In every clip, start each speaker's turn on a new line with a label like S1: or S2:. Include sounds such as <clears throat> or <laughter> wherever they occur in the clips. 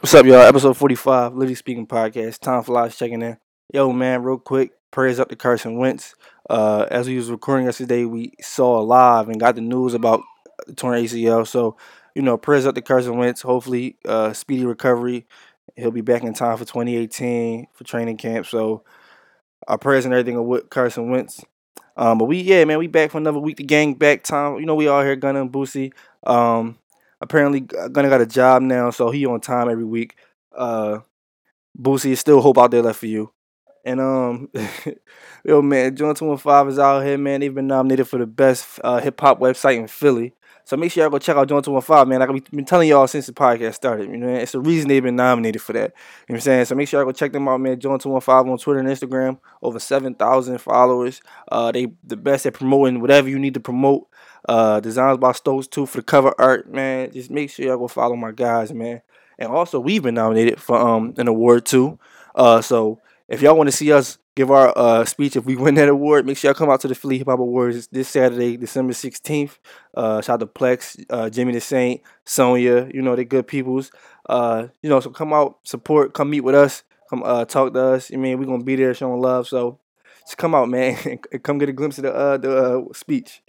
S1: What's up, y'all? Episode 45, Literally Speaking Podcast. Tom Flies checking in. Yo, man, real quick, prayers up to Carson Wentz. Uh, as we was recording yesterday, we saw live and got the news about the torn ACL. So, you know, prayers up to Carson Wentz. Hopefully, uh, speedy recovery. He'll be back in time for 2018 for training camp. So, our prayers and everything are with Carson Wentz. Um, but we, yeah, man, we back for another week. The gang back, Tom. You know, we all here, Gunna and Boosie. Um, apparently uh, Gunna got a job now, so he on time every week. Uh Boosie is still hope out there left for you. And um <laughs> yo man, Joint 215 is out here, man. They've been nominated for the best uh, hip hop website in Philly. So make sure y'all go check out Joint 215, man. Like I've been telling y'all since the podcast started. You know, it's the reason they've been nominated for that. You know what I'm saying? So make sure y'all go check them out, man. Joint 215 on Twitter and Instagram. Over 7,000 followers. Uh they the best at promoting whatever you need to promote. Uh, designs by Stokes too for the cover art, man. Just make sure y'all go follow my guys, man. And also, we've been nominated for um an award too. Uh, so if y'all want to see us give our uh speech if we <laughs> win that award, make sure y'all come out to the Philly Hip Hop Awards this Saturday, December sixteenth. Uh, shout out to Plex, uh, Jimmy the Saint, Sonya. You know they're good peoples. Uh, you know, so come out, support, come meet with us, come uh talk to us. I mean, we're gonna be there showing love. So just come out, man, <laughs> and come get a glimpse of the uh the uh, speech.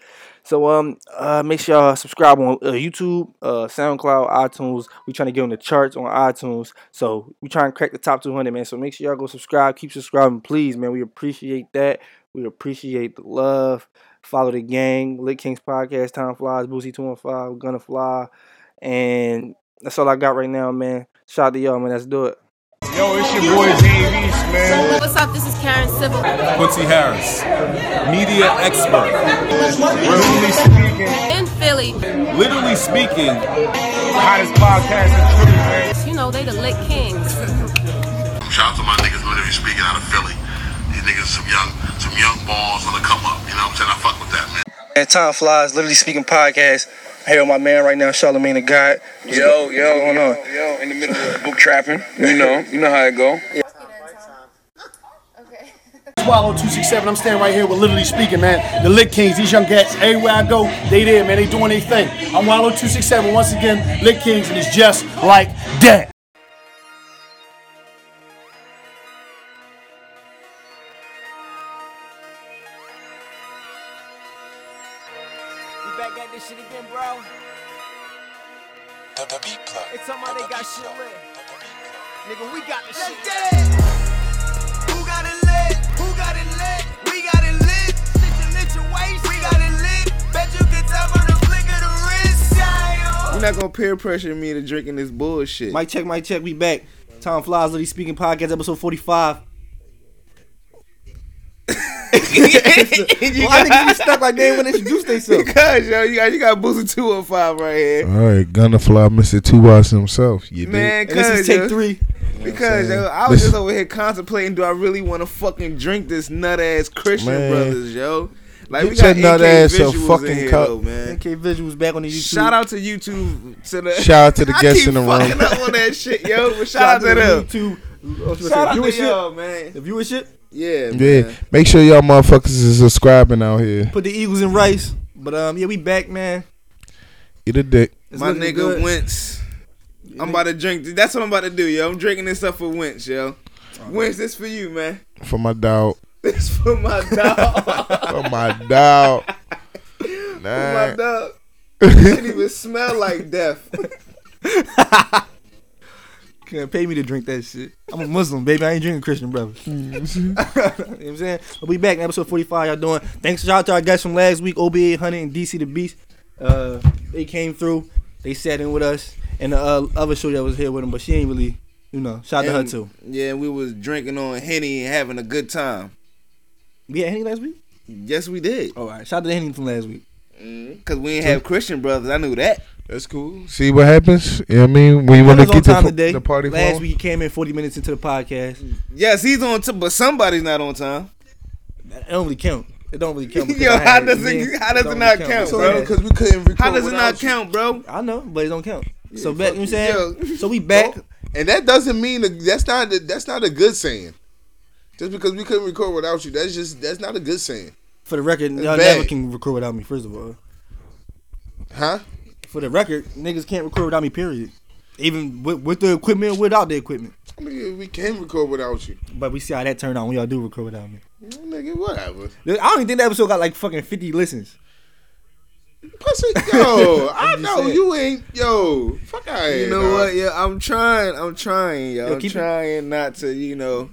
S1: So um, uh, make sure y'all subscribe on uh, YouTube, uh, SoundCloud, iTunes. We trying to get on the charts on iTunes, so we trying to crack the top 200, man. So make sure y'all go subscribe, keep subscribing, please, man. We appreciate that. We appreciate the love. Follow the gang, Lit Kings Podcast, Time Flies, Boosie Two and Five, We're Gonna Fly, and that's all I got right now, man. Shout out to y'all, man. Let's do it.
S2: Yo, it's your boy Dave East, man.
S3: What's up? This is Karen Civil.
S4: Quincy Harris, media expert.
S2: Really speaking,
S3: In Philly,
S4: Literally speaking,
S2: hottest podcast in Philly, man.
S3: you know, they the Lit Kings.
S5: Shout out to my niggas literally speaking out of Philly. These niggas some young some young balls on the come up. You know what I'm saying? I fuck with that man.
S1: And Time Flies, literally speaking podcast. I'm here with my man right now, Charlemagne the God.
S6: Yo, yo,
S1: going
S6: yo,
S1: on?
S6: yo, in the middle of book trapping. You know, you know how it go.
S7: Swallow 267. I'm standing right here with Literally Speaking, man. The Lit Kings, these young cats, everywhere I go, they there, man. They doing their thing. I'm Wallow 267 once again, Lit Kings, and it's just like that.
S8: We back at this shit again, bro.
S9: The, the beat plug.
S8: They talking about they got shit lit.
S9: The, the beat plug.
S8: Nigga, we got this shit. Who got it lit? Who got it lit? We got it lit. Shit, you lit your waist. We got it lit. Bet you can tell from the flick of the
S6: <laughs>
S8: wrist. Yeah, yo.
S6: You're not gonna peer pressure me to drinking this bullshit.
S1: Mic check, mic check. We back. Tom Flies, Lily Speaking Podcast, episode
S6: <laughs>
S1: 45. Well, I think stuck like they ain't want to
S6: <laughs>
S1: introduce themselves.
S6: because yo, you got you got Boosie two hundred five right here,
S10: All right, gonna fly Mr. Two Watts himself. You
S6: man.
S1: And this
S6: Cause
S1: is take
S6: yo,
S1: three.
S6: because yo, I was just over here contemplating, do I really want to fucking drink this nut ass Christian
S10: Man.
S6: brothers, yo? Like
S10: Get
S6: we got
S10: your nut
S6: AK
S10: ass a
S6: visuals
S10: fucking
S6: in here,
S10: cup.
S6: though, man.
S1: NK Visuals back on the YouTube.
S6: Shout out to YouTube to the
S10: <laughs>
S6: <laughs>
S10: Shout out to the
S6: I
S10: guests
S6: keep
S10: in the room.
S6: fucking up on that shit, yo. But shout, out to them.
S1: YouTube. Oh, should
S6: Shout
S1: I
S6: out
S1: say
S6: to
S1: viewership.
S6: y'all, man.
S1: The viewership.
S6: Yeah,
S10: Yeah,
S6: man.
S10: make sure y'all motherfuckers is subscribing out here.
S1: Put the Eagles in rice. But um, yeah, we back, man.
S10: Eat a dick.
S1: It's
S6: My
S1: looking
S6: nigga
S1: good.
S6: Wentz. I'm about to drink. That's what I'm about to do, yo. I'm drinking this up for Wentz, yo. Wentz, this for you, man.
S10: For my <laughs> dog.
S6: This for my dog.
S10: For my <laughs> dog.
S6: for
S10: Nah.
S6: my dog.
S10: <laughs>
S6: Didn't even smell like death.
S1: Can't pay me to drink that shit. I'm a Muslim, baby. I ain't drinking Christian, brother.
S6: <laughs>
S1: <laughs>
S6: Mm-hmm.
S1: you know what I'm saying? But we back in episode 45. Y'all doing? Thanks shout out to our guys from last week, OBA 800 and DC the Beast. Uh, they came through. They sat in with us, and the uh, other show that was here with them, but she ain't really, you know. Shout out to her
S6: And-
S1: too.
S6: Yeah, we was drinking on henny and having a good time.
S1: We had Henny last week.
S6: Yes, we did.
S7: Oh.
S1: All right. Shout out to Henny from last week.
S6: Cause we ain't have Christian brothers. I knew that.
S10: That's cool. See what happens? You know what I mean? We want to
S1: Gunna's
S10: get
S1: on time
S10: the,
S1: today.
S10: the party
S1: last
S10: flowing.
S1: week he came in 40 minutes into the podcast.
S6: Yes, he's on time, but somebody's not on time.
S1: It don't really count. It don't really <laughs> count. because
S6: <laughs> Yo,
S1: I
S6: how
S1: had
S6: does it-
S1: man.
S6: how does it
S1: don't
S6: not
S1: really
S6: count,
S1: So,
S6: bro?
S1: yeah.
S10: we couldn't record.
S6: How does it not count, bro?
S1: I know, but it don't count. so back, you
S10: Yeah, fuck
S1: know what I'm
S6: you.
S1: saying?
S6: Yo.
S1: so we back.
S10: And that doesn't mean that's not that's not a good saying. Just because we couldn't record without you, that's just that's not a good saying,
S1: For the record, y'all
S10: back.
S1: never can record without me. First of all,
S10: huh?
S1: for the record, niggas can't record without me. Period. Even with, with the equipment, without the equipment.
S10: Nigga, we can record without you.
S1: But we see how that turned out when y'all do record without me.
S10: Nigga, whatever.
S1: I don't even think that episode got like fucking 50 listens.
S10: Pussy, yo, I
S1: I'm just
S10: know
S1: saying.
S10: you ain't, yo. Fuck out
S7: You know what? Yeah, I'm trying. I'm trying, yo.
S1: Yo,
S7: I'm
S1: keep it-
S7: trying not to, you know.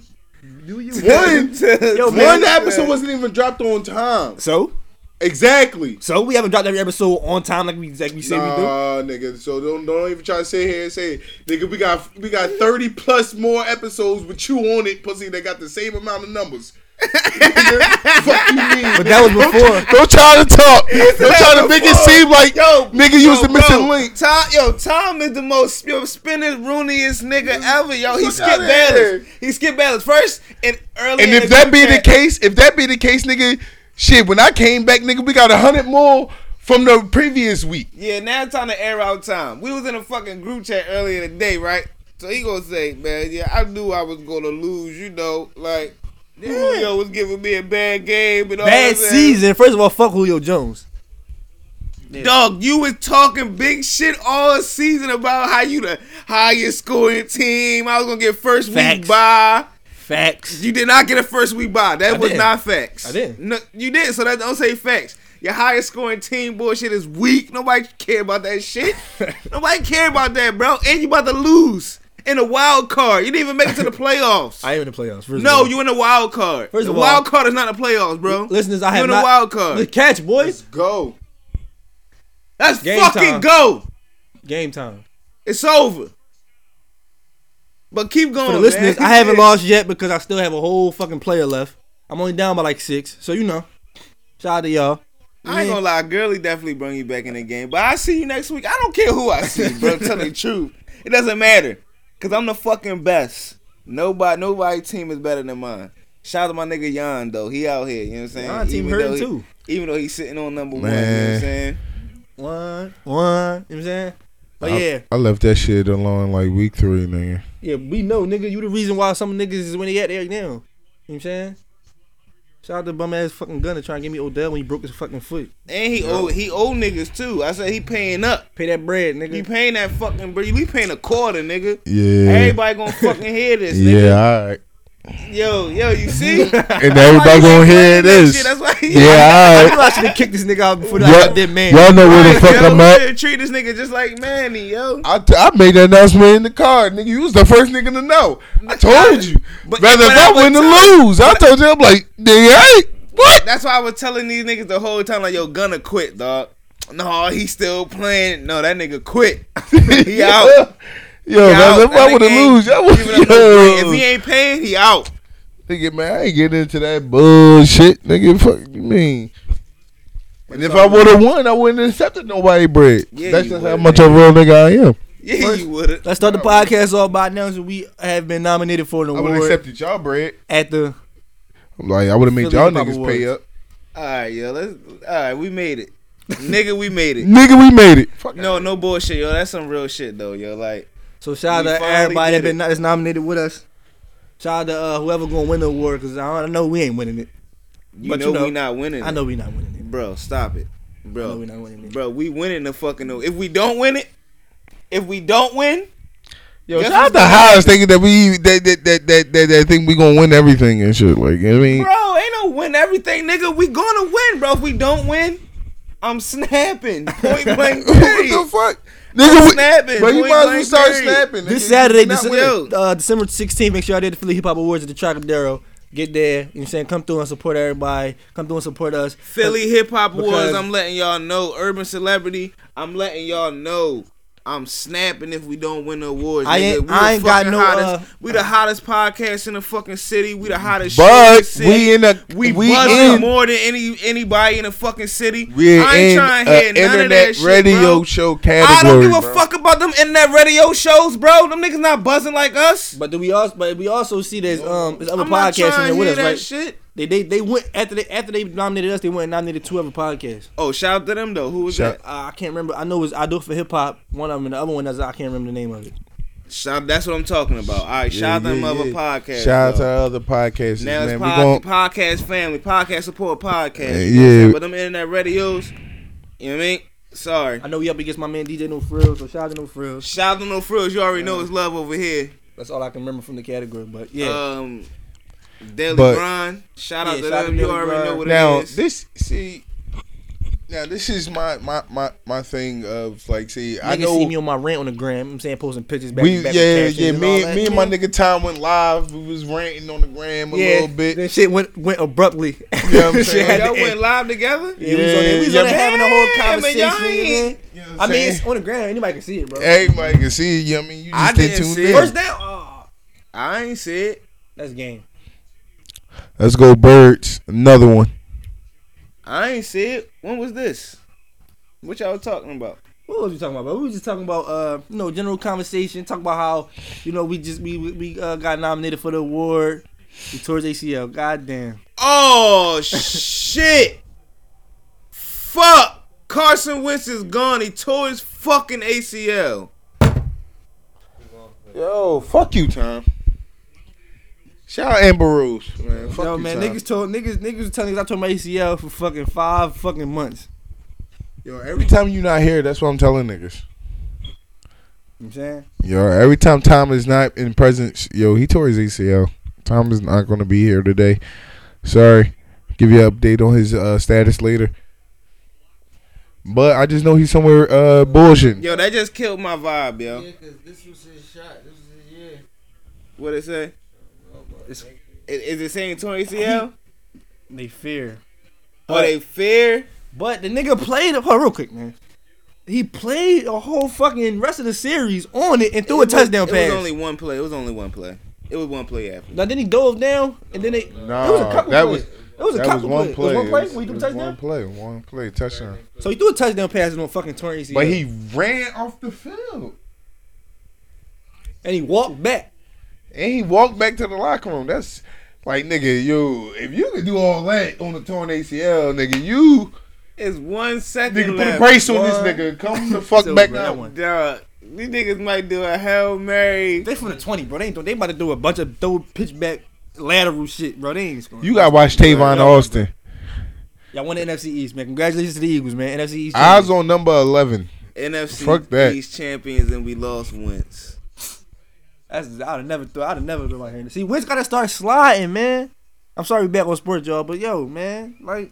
S1: Do you?
S10: <laughs>
S7: One, to,
S1: Yo, man.
S10: One episode wasn't even dropped on time.
S1: So?
S10: Exactly.
S1: So we haven't dropped every episode on time like we like we say we do.
S10: Nah, nigga. So don't don't even try to sit here and say, nigga, we got we got thirty plus more episodes with you on it, pussy. They got the same amount of numbers. Nigga, fuck you mean?
S1: But
S10: <laughs>
S1: that was before.
S10: Don't try to talk. Don't try to make it seem like
S7: Yo,
S10: nigga, you was the missing link.
S7: Tom, yo, Tom is the most yo, spinning, rooniest nigga ever. Yo, he
S10: Fuck
S7: skipped
S10: outta here.
S7: Bayless. He skipped Bayless first and early.
S10: And
S7: in
S10: if that be the
S7: contract.
S10: case, if that be the case, nigga, shit. When I came back, nigga, we got a hundred more from the previous week.
S7: Yeah, now it's time to air out time. We was in a fucking group chat earlier today, right? So he gonna say, man, yeah, I knew I was gonna lose, you know, like this Julio was giving me a bad game and all
S1: Bad
S7: that.
S1: season. First of all, fuck Julio Jones.
S7: Dog, you was talking big shit all season about how you the highest scoring team. I was gonna get first
S1: Facts.
S7: week bye.
S1: Facts.
S7: You did not get a first week bye. That
S1: I
S7: was
S1: did.
S7: not facts.
S1: I did.
S7: No, you did. So that don't say facts. Your highest scoring team bullshit is weak. Nobody care about
S1: <laughs>
S7: that shit. Nobody care about that, bro. And you about to lose in a wild card. You didn't even make it to the
S1: <laughs>
S7: playoffs.
S1: I am in the playoffs. First
S7: no,
S1: of all.
S7: you in the wild card.
S1: First
S7: the
S1: of all-
S7: wild card is not the playoffs, bro.
S1: Listeners, I
S7: you
S1: have
S7: in
S1: not.
S7: the wild card.
S1: Good catch, boys.
S10: Go.
S7: Let's
S1: Game
S7: fucking
S1: time.
S7: go.
S1: Game time.
S7: It's over. But keep going.
S1: For the
S7: man.
S1: listeners, I
S7: <laughs>
S1: haven't lost yet because I still have a whole fucking player left. I'm only down by like six, so you know. Shout out to y'all.
S7: I ain't gonna lie, Gurley definitely bring you back in the game. But I see you next week. I don't care who I see,
S1: <laughs>
S7: bro. Tell the truth. It doesn't matter. Cause I'm the fucking best. Nobody nobody team is better than mine. Shout out to my nigga Yon though. He out here, you know what I'm saying?
S1: Yon team
S7: though
S1: hurting
S7: he-
S1: too.
S7: Even though he's sitting on number one, you know what
S10: Man.
S7: I'm saying?
S1: One, one. You know what I'm saying? But yeah,
S10: I left that shit alone like week three, nigga.
S1: yeah, we know, nigga. You the reason why some niggas is when they at there now. You know what I'm saying? Shout out to bum ass fucking gunner trying to get me Odell when he broke his fucking foot.
S7: And he old he old niggas too. I said he paying up.
S1: Pay that bread, nigga.
S7: He paying that fucking bro. We paying a quarter, nigga.
S10: Yeah.
S7: Everybody gonna fucking hear this, nigga.
S10: Yeah, all right.
S7: Yo, yo, you
S10: <laughs>
S7: see?
S10: And everybody gonna hear
S7: Shit,
S10: this.
S7: that's why he <laughs>
S10: Yeah,
S1: I
S10: all
S1: knew I should have kicked this nigga out before
S10: right.
S1: I did man.
S10: Y'all know where the
S7: Right,
S10: fuck
S7: yo, <laughs>
S10: I'm at.
S7: shit, Treat this nigga just like Manny, yo.
S10: I, t- I made that announcement in the car, nigga. You was the first nigga to know. I told you.
S7: But-
S10: Rather
S7: but
S10: if I
S7: I
S10: win or
S7: would tell-
S10: lose, I told you. I'm like, nigga, hey, what?
S7: That's why I was telling these niggas the whole time, like, yo, gonna quit, dog. No, he still playing. No, that nigga quit. he out.
S10: <laughs> Yo,
S7: He out.
S10: rather if
S7: That
S10: I would have
S7: nigga ain't
S10: lose, I <laughs> would.
S7: giving up no bread. If he
S10: Yo,
S7: ain't paying, he out. <laughs>
S10: nigga, man, I ain't getting into that bullshit, nigga. Fuck you mean? And if I would have won, I wouldn't have accepted nobody bread.
S7: Yeah,
S10: That's
S7: you
S10: just
S7: would,
S10: how much of a real nigga I am.
S7: Yeah, you would've.
S1: Let's start the podcast off by announcing we have been nominated for an
S10: I would have
S1: award
S10: accepted y'all bread.
S1: at the
S10: I'm like, I would have made
S1: Philly
S10: y'all
S1: Papa
S10: niggas pay
S1: Woods.
S10: up.
S7: All right, yo, let's. All right, we made it, nigga. We made it.
S10: Nigga, we made it. Fuck
S7: No, no bullshit, yo. That's some real shit, though, yo. Like,
S1: So shout
S7: We
S1: out to
S7: finally
S1: everybody that
S7: did
S1: been that's nominated with us. Shout out to uh, whoever gonna win the award because I don't know we ain't winning it.
S7: you,
S1: But
S7: know,
S1: you know,
S7: we not winning.
S1: I know we not winning
S7: it.
S1: it.
S7: bro. Stop it, bro.
S1: I know we not winning it.
S7: Bro, we winning the fucking. If we don't win it, if we don't win,
S10: Yo,
S7: Guess
S10: shout out
S7: who's
S10: to Hodge thinking that we that that that that that, that think we gonna win everything and shit. Like I mean,
S7: bro, ain't no win everything, nigga. We gonna win, bro. If we don't win, I'm
S10: <laughs>
S7: snapping. Point blank.
S10: what the
S7: period.
S10: fuck, nigga? we-
S7: snapping,
S10: Bro, you
S7: point
S10: might as well
S7: blank
S10: start
S7: period.
S10: snapping.
S1: This
S10: nigga.
S1: Saturday,
S10: You not
S1: December,
S10: winning.
S1: uh, December 16th, make sure I did the Philly Hip Hop Awards at the Trocadero. Get there, you know what I'm saying? Come through and support everybody. Come through and support us.
S7: Philly Hip Hop Awards.
S1: Because-
S7: I'm letting y'all know. Urban Celebrity. I'm letting y'all know. I'm snapping if we don't win the awards.
S1: I
S7: nigga.
S1: ain't-
S7: We the
S1: I ain't got
S7: fucking
S1: no,
S7: hottest.
S1: uh,
S7: we the hottest podcast in the fucking city. We the hottest. show in the
S10: But
S7: city.
S10: we in a
S7: We,
S10: we, we
S7: buzzing
S10: in
S7: more than any anybody in the fucking city.
S10: we
S7: I ain't
S10: in
S7: trying to
S10: a
S7: hear none
S10: internet
S7: of that shit,
S10: radio
S7: bro.
S10: show
S7: I don't
S10: category.
S7: give a
S10: bro.
S7: fuck about them internet radio shows, bro. Them niggas not buzzing like us.
S1: But do we also? But we also see there's um there's other
S7: I'm not
S1: podcasts in
S7: trying to
S1: there with
S7: hear
S1: us,
S7: that
S1: right?
S7: shit.
S1: They, they they went after they after they nominated us, they went and nominated two other podcasts.
S7: Oh, shout out to them though. Who was
S10: Shout-
S7: that?
S1: Uh, I can't remember. I know it was I do it for hip hop. One of them, and the other one is I can't remember the name of it.
S7: Shout, that's what I'm talking about. All right, shout out to them other podcasts.
S10: Shout out to
S7: though.
S10: our other podcasts,
S7: Now it's
S10: man. We
S7: pod,
S10: gon'
S7: podcast family, podcast support podcast.
S10: Yeah,
S7: you know what I'm
S10: yeah.
S7: saying? But them internet radios, you know what I mean?
S1: Sorry.
S7: I know we up against my man DJ No Frills, so shout out to No Frills.
S1: Shout out to No Frills. You already know it's love over here.
S7: That's all I can remember from the category, but yeah.
S1: Um, Daily
S10: But-
S1: Grind. Shout out
S7: Yeah,
S1: to
S7: shout out
S1: them.
S7: to
S1: You
S7: Daily
S1: already
S7: Grind.
S1: know what
S10: now
S1: it is.
S10: this see now this is my my my, my thing of like see I
S7: Niggas see me
S10: know
S7: on my rant on the gram. I'm saying posting pictures back.
S10: we
S7: back
S10: yeah
S7: with captions
S10: yeah
S7: and
S10: me
S7: all that.
S10: me and
S7: <laughs>
S10: my nigga Tom went live we was ranting on the gram a
S7: yeah,
S10: little bit
S7: That shit went went abruptly.
S10: <laughs> You know what
S7: <laughs>
S10: I'm
S7: Shit
S10: saying?
S7: had to
S1: y'all
S7: end.
S1: went live together.
S7: Yeah, we was on there, we was on
S10: Yeah,
S7: there having a whole
S1: yeah, man,
S7: conversation.
S1: y'all
S7: you know
S1: ain't-
S7: what
S10: You
S7: I'm
S10: know what
S7: saying? I
S10: I'm
S7: mean,
S10: saying?
S7: it's on the gram. Anybody can see it, bro.
S10: everybody can see you know what I mean you
S1: I
S10: just stay
S1: didn't
S10: tuned
S1: see it.
S10: in
S7: First down. Oh,
S1: I ain't see it.
S7: that's game.
S10: let's go birds another one
S1: I ain't see it. When was this? What y'all talking about?
S7: What was we talking about? bro? We were just talking about, uh, you know, general conversation. Talk about how, you know, we just we we- we uh, got nominated for the award. We towards ACL. Goddamn.
S1: Oh shit! Fuck! Carson Wentz is gone. He tore his fucking ACL.
S10: yo fuck you Tom shout out Amber Rose man fuck
S7: Yo,
S10: you,
S7: man,
S10: Tom.
S7: niggas told niggas niggas was telling niggas I tore my ACL for fucking five fucking months.
S10: yo every time you not here that's what I'm telling niggas
S7: You know what I'm saying?
S10: Yo, every time Tom is not in presence, yo, he tore his ACL. Tom is not going to be here today. Sorry. Give you an update on his uh, status later. But I just know he's somewhere uh, bullshitting.
S1: Yo, that just killed my vibe, yo.
S11: Because this was his shot. This was his year.
S1: What it say? It's, is, is it saying torn ACL?
S7: They fear.
S1: Or Oh, they fear?
S7: But the nigga played hold on, real quick, man. He played a whole fucking rest of the series on it and threw a
S1: It was-
S7: touchdown
S1: It
S7: pass.
S1: was only one play. It was only one play. It was one play after.
S7: now then he dove down and then they.
S10: Nah,
S7: it was a couple
S10: that
S7: plays.
S10: was-
S7: it was a
S10: That was
S7: couple
S10: one play.
S7: plays. It was one play.
S10: It was-
S7: where he threw
S10: it
S7: a
S10: was
S7: touchdown.
S10: one play. One play. Touchdown.
S7: So he threw a touchdown pass on fucking torn ACL.
S10: But he ran off the field.
S7: and he walked back.
S10: And he walked back to the locker room. That's like, nigga, yo, if you could do all that on a torn ACL, nigga, you.
S1: It's one second
S10: Nigga, put
S1: left.
S10: a brace on this
S1: boy. <laughs>
S10: nigga. Come the fuck
S7: So,
S10: back
S7: bro, that
S10: now.
S7: one.
S1: Dog, these niggas might do a Hail Mary.
S7: They from the twenty, bro. They ain't doing. They about to do a bunch of throw pitch back lateral shit, bro. They ain't scoring.
S10: You gotta watch Tavon Austin.
S7: Y'all won the NFC East, man. Congratulations to the Eagles, man. NFC East.
S10: Eyes on number eleven.
S1: NFC
S10: Fuck that.
S1: East champions and we lost Wentz.
S7: That's I'd have never thought I'd have never thought about hearing. it. See, Wentz gotta start sliding, man. I'm sorry we back on sports, y'all, but yo, man, like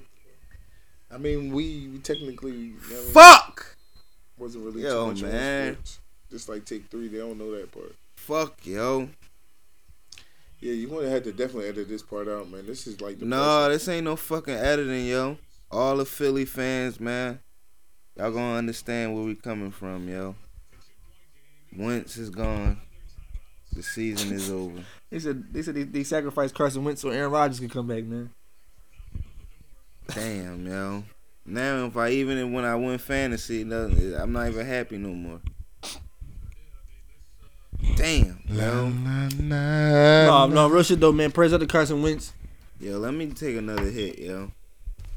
S10: I mean, we, we technically
S1: Fuck!
S10: wasn't really
S1: Yo, man.
S10: Just like take three, they don't know that part.
S1: Fuck, yo.
S10: Yeah, you would to have to definitely edit this part out, man. This is like the
S1: No, this ain't no fucking editing, yo. All the Philly fans, man, y'all gonna understand where we coming from, yo. Wentz is gone. The season is over.
S7: they said they said they, they sacrificed Carson Wentz so Aaron Rodgers could come back, man.
S1: Damn, yo. Now, if I even when I win fantasy, nothing, I'm not even happy no more. Damn, yo.
S7: No, Um, no, real shit though, man. Praise up to Carson Wentz
S1: Yo, let me take another hit, yo.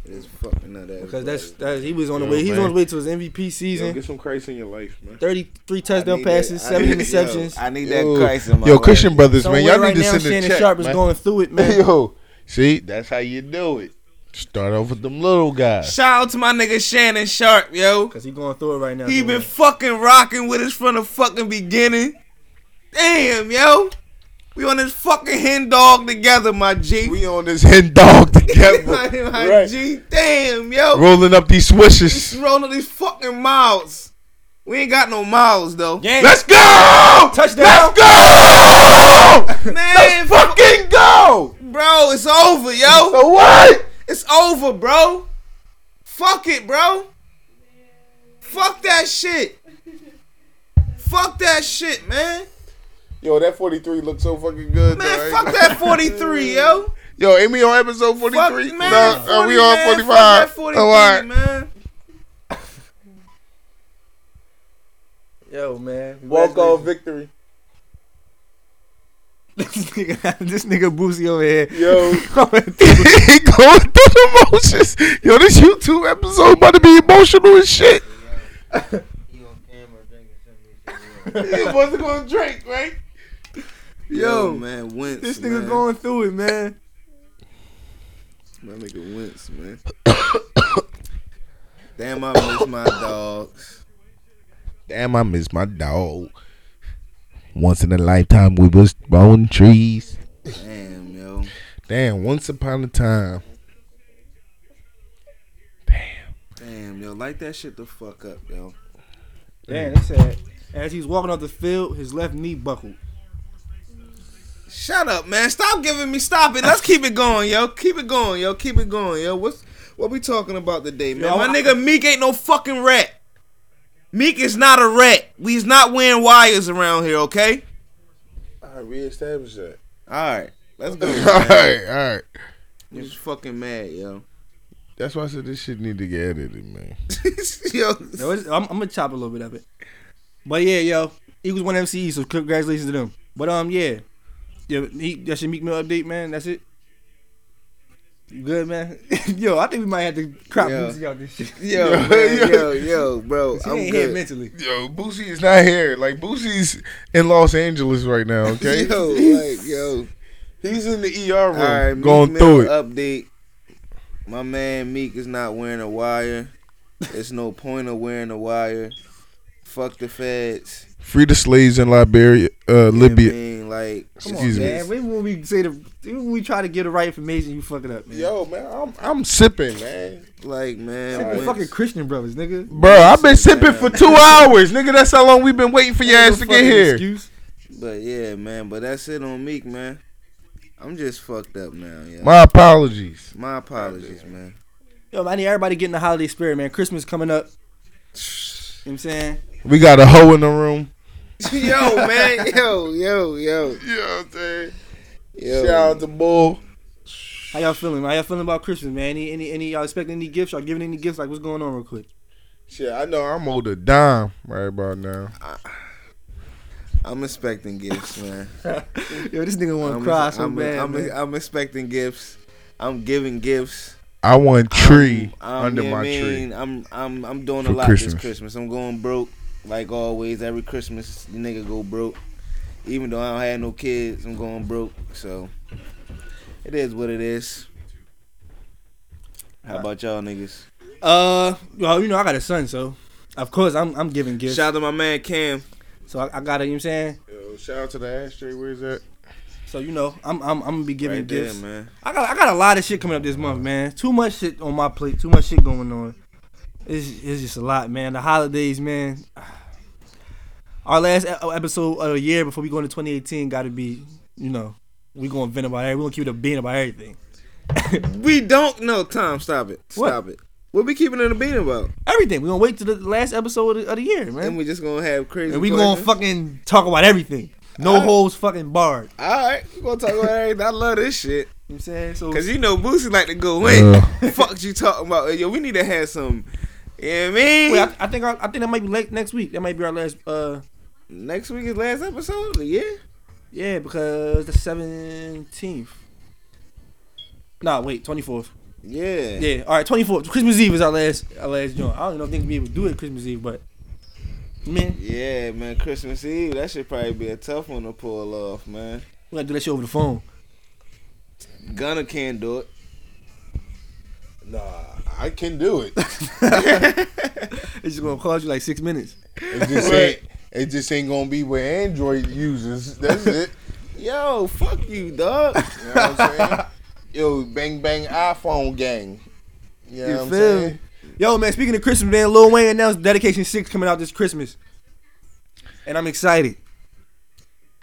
S1: It's fucking another.
S7: because that's
S1: everybody.
S7: that's he was on the
S10: Yo,
S7: way. He was on
S10: man.
S7: the way to his MVP season.
S10: some Christ in your life, man.
S7: 33
S1: I
S7: touchdown
S1: need
S7: passes,
S1: that- I
S7: seven
S1: need- yo,
S7: interceptions.
S1: I need
S10: Yo,
S1: that Christ in my
S10: yo
S1: life.
S10: Christian brothers, man, y'all
S7: Somewhere right
S10: need to
S7: now,
S10: send a
S7: Shannon
S10: check,
S7: Sharp is
S10: man.
S7: going through it, man.
S10: Yo, see, that's how you do it. Start off with them little guys.
S1: Shout out to my nigga Shannon Sharp, yo.
S7: Cause he going through it right now.
S1: He
S7: man.
S1: been fucking rocking with us from the fucking beginning. Damn, yo. We on this fucking hen dog together, my G.
S10: We on this hen dog
S1: my
S10: together,
S1: G. Damn, yo.
S10: <laughs> rolling up these
S1: Just
S10: swishes.
S1: rolling these fucking miles. We ain't got no miles though.
S7: Gang.
S10: Let's go!
S7: Touchdown.
S10: Let's <laughs> go!
S1: Man,
S10: Fucking go!
S1: bro, it's over, yo.
S10: So what?
S1: It's over, bro. Fuck it, bro. Fuck that shit. Fuck that shit, man.
S10: Yo, that 43 looks so fucking good. though,
S1: Man,
S10: ain't
S1: fuck
S10: it?
S1: that 43,
S7: <laughs>
S1: yo.
S10: Yo, ain't we on episode 43?
S1: Fuck, man.
S10: no,
S1: 40,
S10: are we on
S1: man.
S10: 45?
S1: Fuck that 43,
S10: Oh, all right.
S1: man.
S7: Yo, man.
S10: <laughs> victory.
S7: this nigga, this nigga Boosie over here.
S10: Yo.
S7: Coming
S10: he going through the motions. Yo, this YouTube episode about to be emotional as shit.
S11: He on camera drinking some of this shit.
S10: <laughs> He wasn't going to drink, right?
S1: Yo, man, Wentz.
S7: This nigga
S1: man.
S7: going through it, man.
S1: My nigga Wentz, man.
S10: <coughs> Damn, I miss my dogs.
S5: Damn, I miss my dog. Once in a lifetime, we was growing trees.
S10: Damn, yo.
S5: Damn, once upon a time.
S10: Damn, yo. Light that shit the fuck up, yo.
S1: Damn, that's sad. As he's walking off the field, his left knee buckled.
S10: Shut up, man. Stop giving me. Stop it. Let's keep it going, yo. Keep it going, yo. Keep it going, yo. What's what we talking about today, man?
S1: Yo,
S10: My
S1: I-
S10: nigga Meek ain't no fucking rat. Meek is not a rat. We's not wearing wires around here, okay?
S5: I reestablished that.
S10: All right, let's go.
S5: <laughs> all
S10: man.
S5: right, all right.
S10: You just fucking mad, yo.
S5: That's why I said this shit need to get edited, man.
S10: yo.
S1: Yo, it's- I'm, I'm gonna chop a little bit of it. But yeah, yo, Eagles won MCE, so congratulations to them. But um, yeah, yeah, he, that's your Meek Mill update, man. That's it. You good, man? <laughs> yo, I think we might have to crop
S10: Yo.
S1: Boosie out this shit.
S5: <laughs>
S10: Yo,
S5: Yo,
S10: man,
S5: yo.
S10: yo, yo, bro.
S1: He
S10: I'm
S1: ain't here
S10: good.
S1: mentally.
S5: Yo, Boosie is not here. Like Boosie's in Los Angeles right
S10: <laughs>
S5: now. Okay,
S10: Yo, like, yo.
S5: he's in the ER room,
S10: All right, Meek
S5: going
S10: Mill
S5: through it.
S10: Update. My man Meek is not wearing a wire. It's no point of wearing a wire. Fuck the feds.
S5: Free the slaves in Liberia, uh,
S10: You know what I
S5: Libya.
S10: mean? like,
S5: Come on, Excuse me.
S1: Man, when will we say the? When we try to get the right information, you fuck it up, man.
S5: Yo, man, I'm I'm sipping, man.
S10: like man,
S1: Like the
S10: Wentz-
S1: fucking Christian brothers, nigga.
S5: Bro, I've been sipping for two hours, nigga. That's how long we've been waiting for your
S1: Ain't no
S5: ass to get
S1: fucking
S5: here.
S1: Excuse.
S10: but yeah, man. But that's it on Meek, man. I'm just fucked up now. Yeah. My,
S5: My apologies.
S10: apologies, man.
S1: Yo, I need everybody getting the holiday spirit, man. Christmas coming up. You know what I'm saying?
S5: We got a hoe in the room.
S10: yo, man. Yo, yo, yo,
S5: You know what I'm saying?
S10: yo.
S5: to Bull.
S1: How y'all feeling? How y'all feeling about Christmas, man? Any, any, any? Y'all expecting any gifts? Y'all giving any gifts? Like, what's going on, real quick?
S5: Shit, I know I'm owed a dime right about now.
S10: I'm expecting gifts,
S1: <laughs>
S10: man.
S1: Yo, this nigga want to
S10: I'm,
S1: cry so
S10: I'm,
S1: bad.
S10: I'm,
S1: man.
S10: I'm expecting gifts. I'm giving gifts.
S5: I want tree
S10: I'm- I'm-
S5: under
S10: you know
S5: my
S10: what I
S5: tree.
S10: mean? I'm I'm I'm doing
S5: For
S10: a lot
S5: Christmas.
S10: this Christmas. I'm going broke like always. Every Christmas, the nigga go broke. Even though I don't have no kids, I'm going broke. So it is what it is. How about y'all niggas?
S1: uh, well, you know, I got a son, so of course I'm I'm giving gifts.
S10: Shout out to my man Cam.
S1: so I, I got to, you know what I'm saying?
S5: Yo, shout out to the ashtray. Where's that?
S1: So you know, I'm I'm I'm gonna be giving
S10: Right there,
S1: gifts.
S10: man.
S1: I got I got a lot of shit coming up this month, man. Too much shit on my plate. Too much shit going on. It's it's just a lot, man. The holidays, man. Our last e- episode of the year before we go into 2018 got to be, you know, we gonna vent about everything. We gonna keep it a bean about everything.
S10: We don't know. Tom, stop it. Stop it. What we keeping in the beat about?
S1: Everything. We gonna wait till the last episode of the, of the year, man.
S10: And we just gonna have crazy.
S1: And we gonna
S10: questions?
S1: fucking talk about everything. No holes fucking barred. You know
S10: All right, we gonna talk about everything. I love this shit.
S1: what I'm saying? So
S10: Cause you know Boosie like to go in. Fuck you talking about? Yo, we need to have some. You know what I mean?
S1: Wait, I, I think our, I think that might be late next week. That might be our last uh
S10: Next week is last episode of the year.
S1: yeah, because the seventeenth. Nah, wait, twenty fourth.
S10: Yeah.
S1: Yeah, all right, twenty fourth. Christmas Eve is our last our last joint. I don't even know if they can be able to do it Christmas Eve, but man,
S10: Yeah, man. Christmas Eve. That should probably be a tough one to pull off, man.
S1: we gotta do that shit over the phone.
S10: Gunner can't do it.
S5: Nah, I can do
S10: <laughs>
S5: it.
S1: It's just gonna cost you like six minutes.
S5: It just ain't. It just ain't gonna be what Android uses. That's it.
S10: Yo, fuck you, dog.
S5: You know what I'm saying? Yo, bang bang iPhone gang. You know
S1: You
S5: what I'm
S1: feel
S5: saying?
S1: Yo, man, speaking of Christmas, man, Lil Wayne announced Dedication 6 coming out this Christmas. And I'm excited.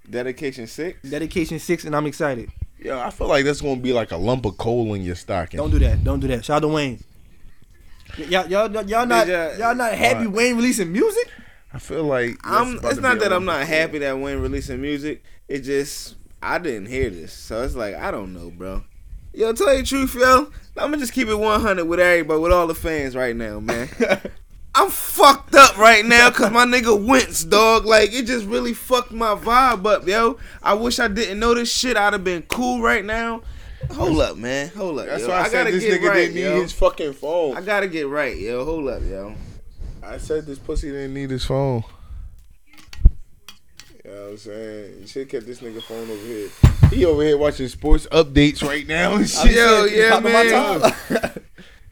S10: Dedication six.
S1: Dedication 6, and I'm excited.
S5: Yo, I feel like that's gonna be like a lump of coal in your stocking.
S1: Don't do that. Don't do that. Shout out to Wayne. Y- y'all, y'all, y'all, y'all not,
S10: Did ya-
S1: y'all not happy
S5: Alright.
S1: Wayne releasing music?
S5: I feel like that's
S10: I'm.
S5: about
S10: It's
S5: to
S10: not
S5: be a
S10: that I'm
S5: lump
S10: not
S5: of
S10: happy that Wayne releasing music. It just I didn't hear this, so it's like I don't know, bro. Yo, tell you the truth, yo. I'ma just keep it 100 with everybody, with all the fans right now, man. I'm fucked up right
S5: <laughs>
S10: now because my nigga Wentz, dog. Like, it just really fucked my vibe up, yo. I wish I didn't know this shit. I'd have been cool right now. Hold up, man. Hold up.
S5: That's
S10: yo.
S5: why I, said
S10: gotta
S5: this
S10: get
S5: nigga
S10: right,
S5: didn't need
S10: yo.
S5: his fucking phone.
S10: I gotta get right, yo. Hold up, yo.
S5: I said this pussy didn't need his phone. You know what I'm saying? You should have kept this nigga phone over here. He over here watching sports updates right now and shit.
S10: Yo, yeah,
S1: Top of my
S10: man.
S1: top.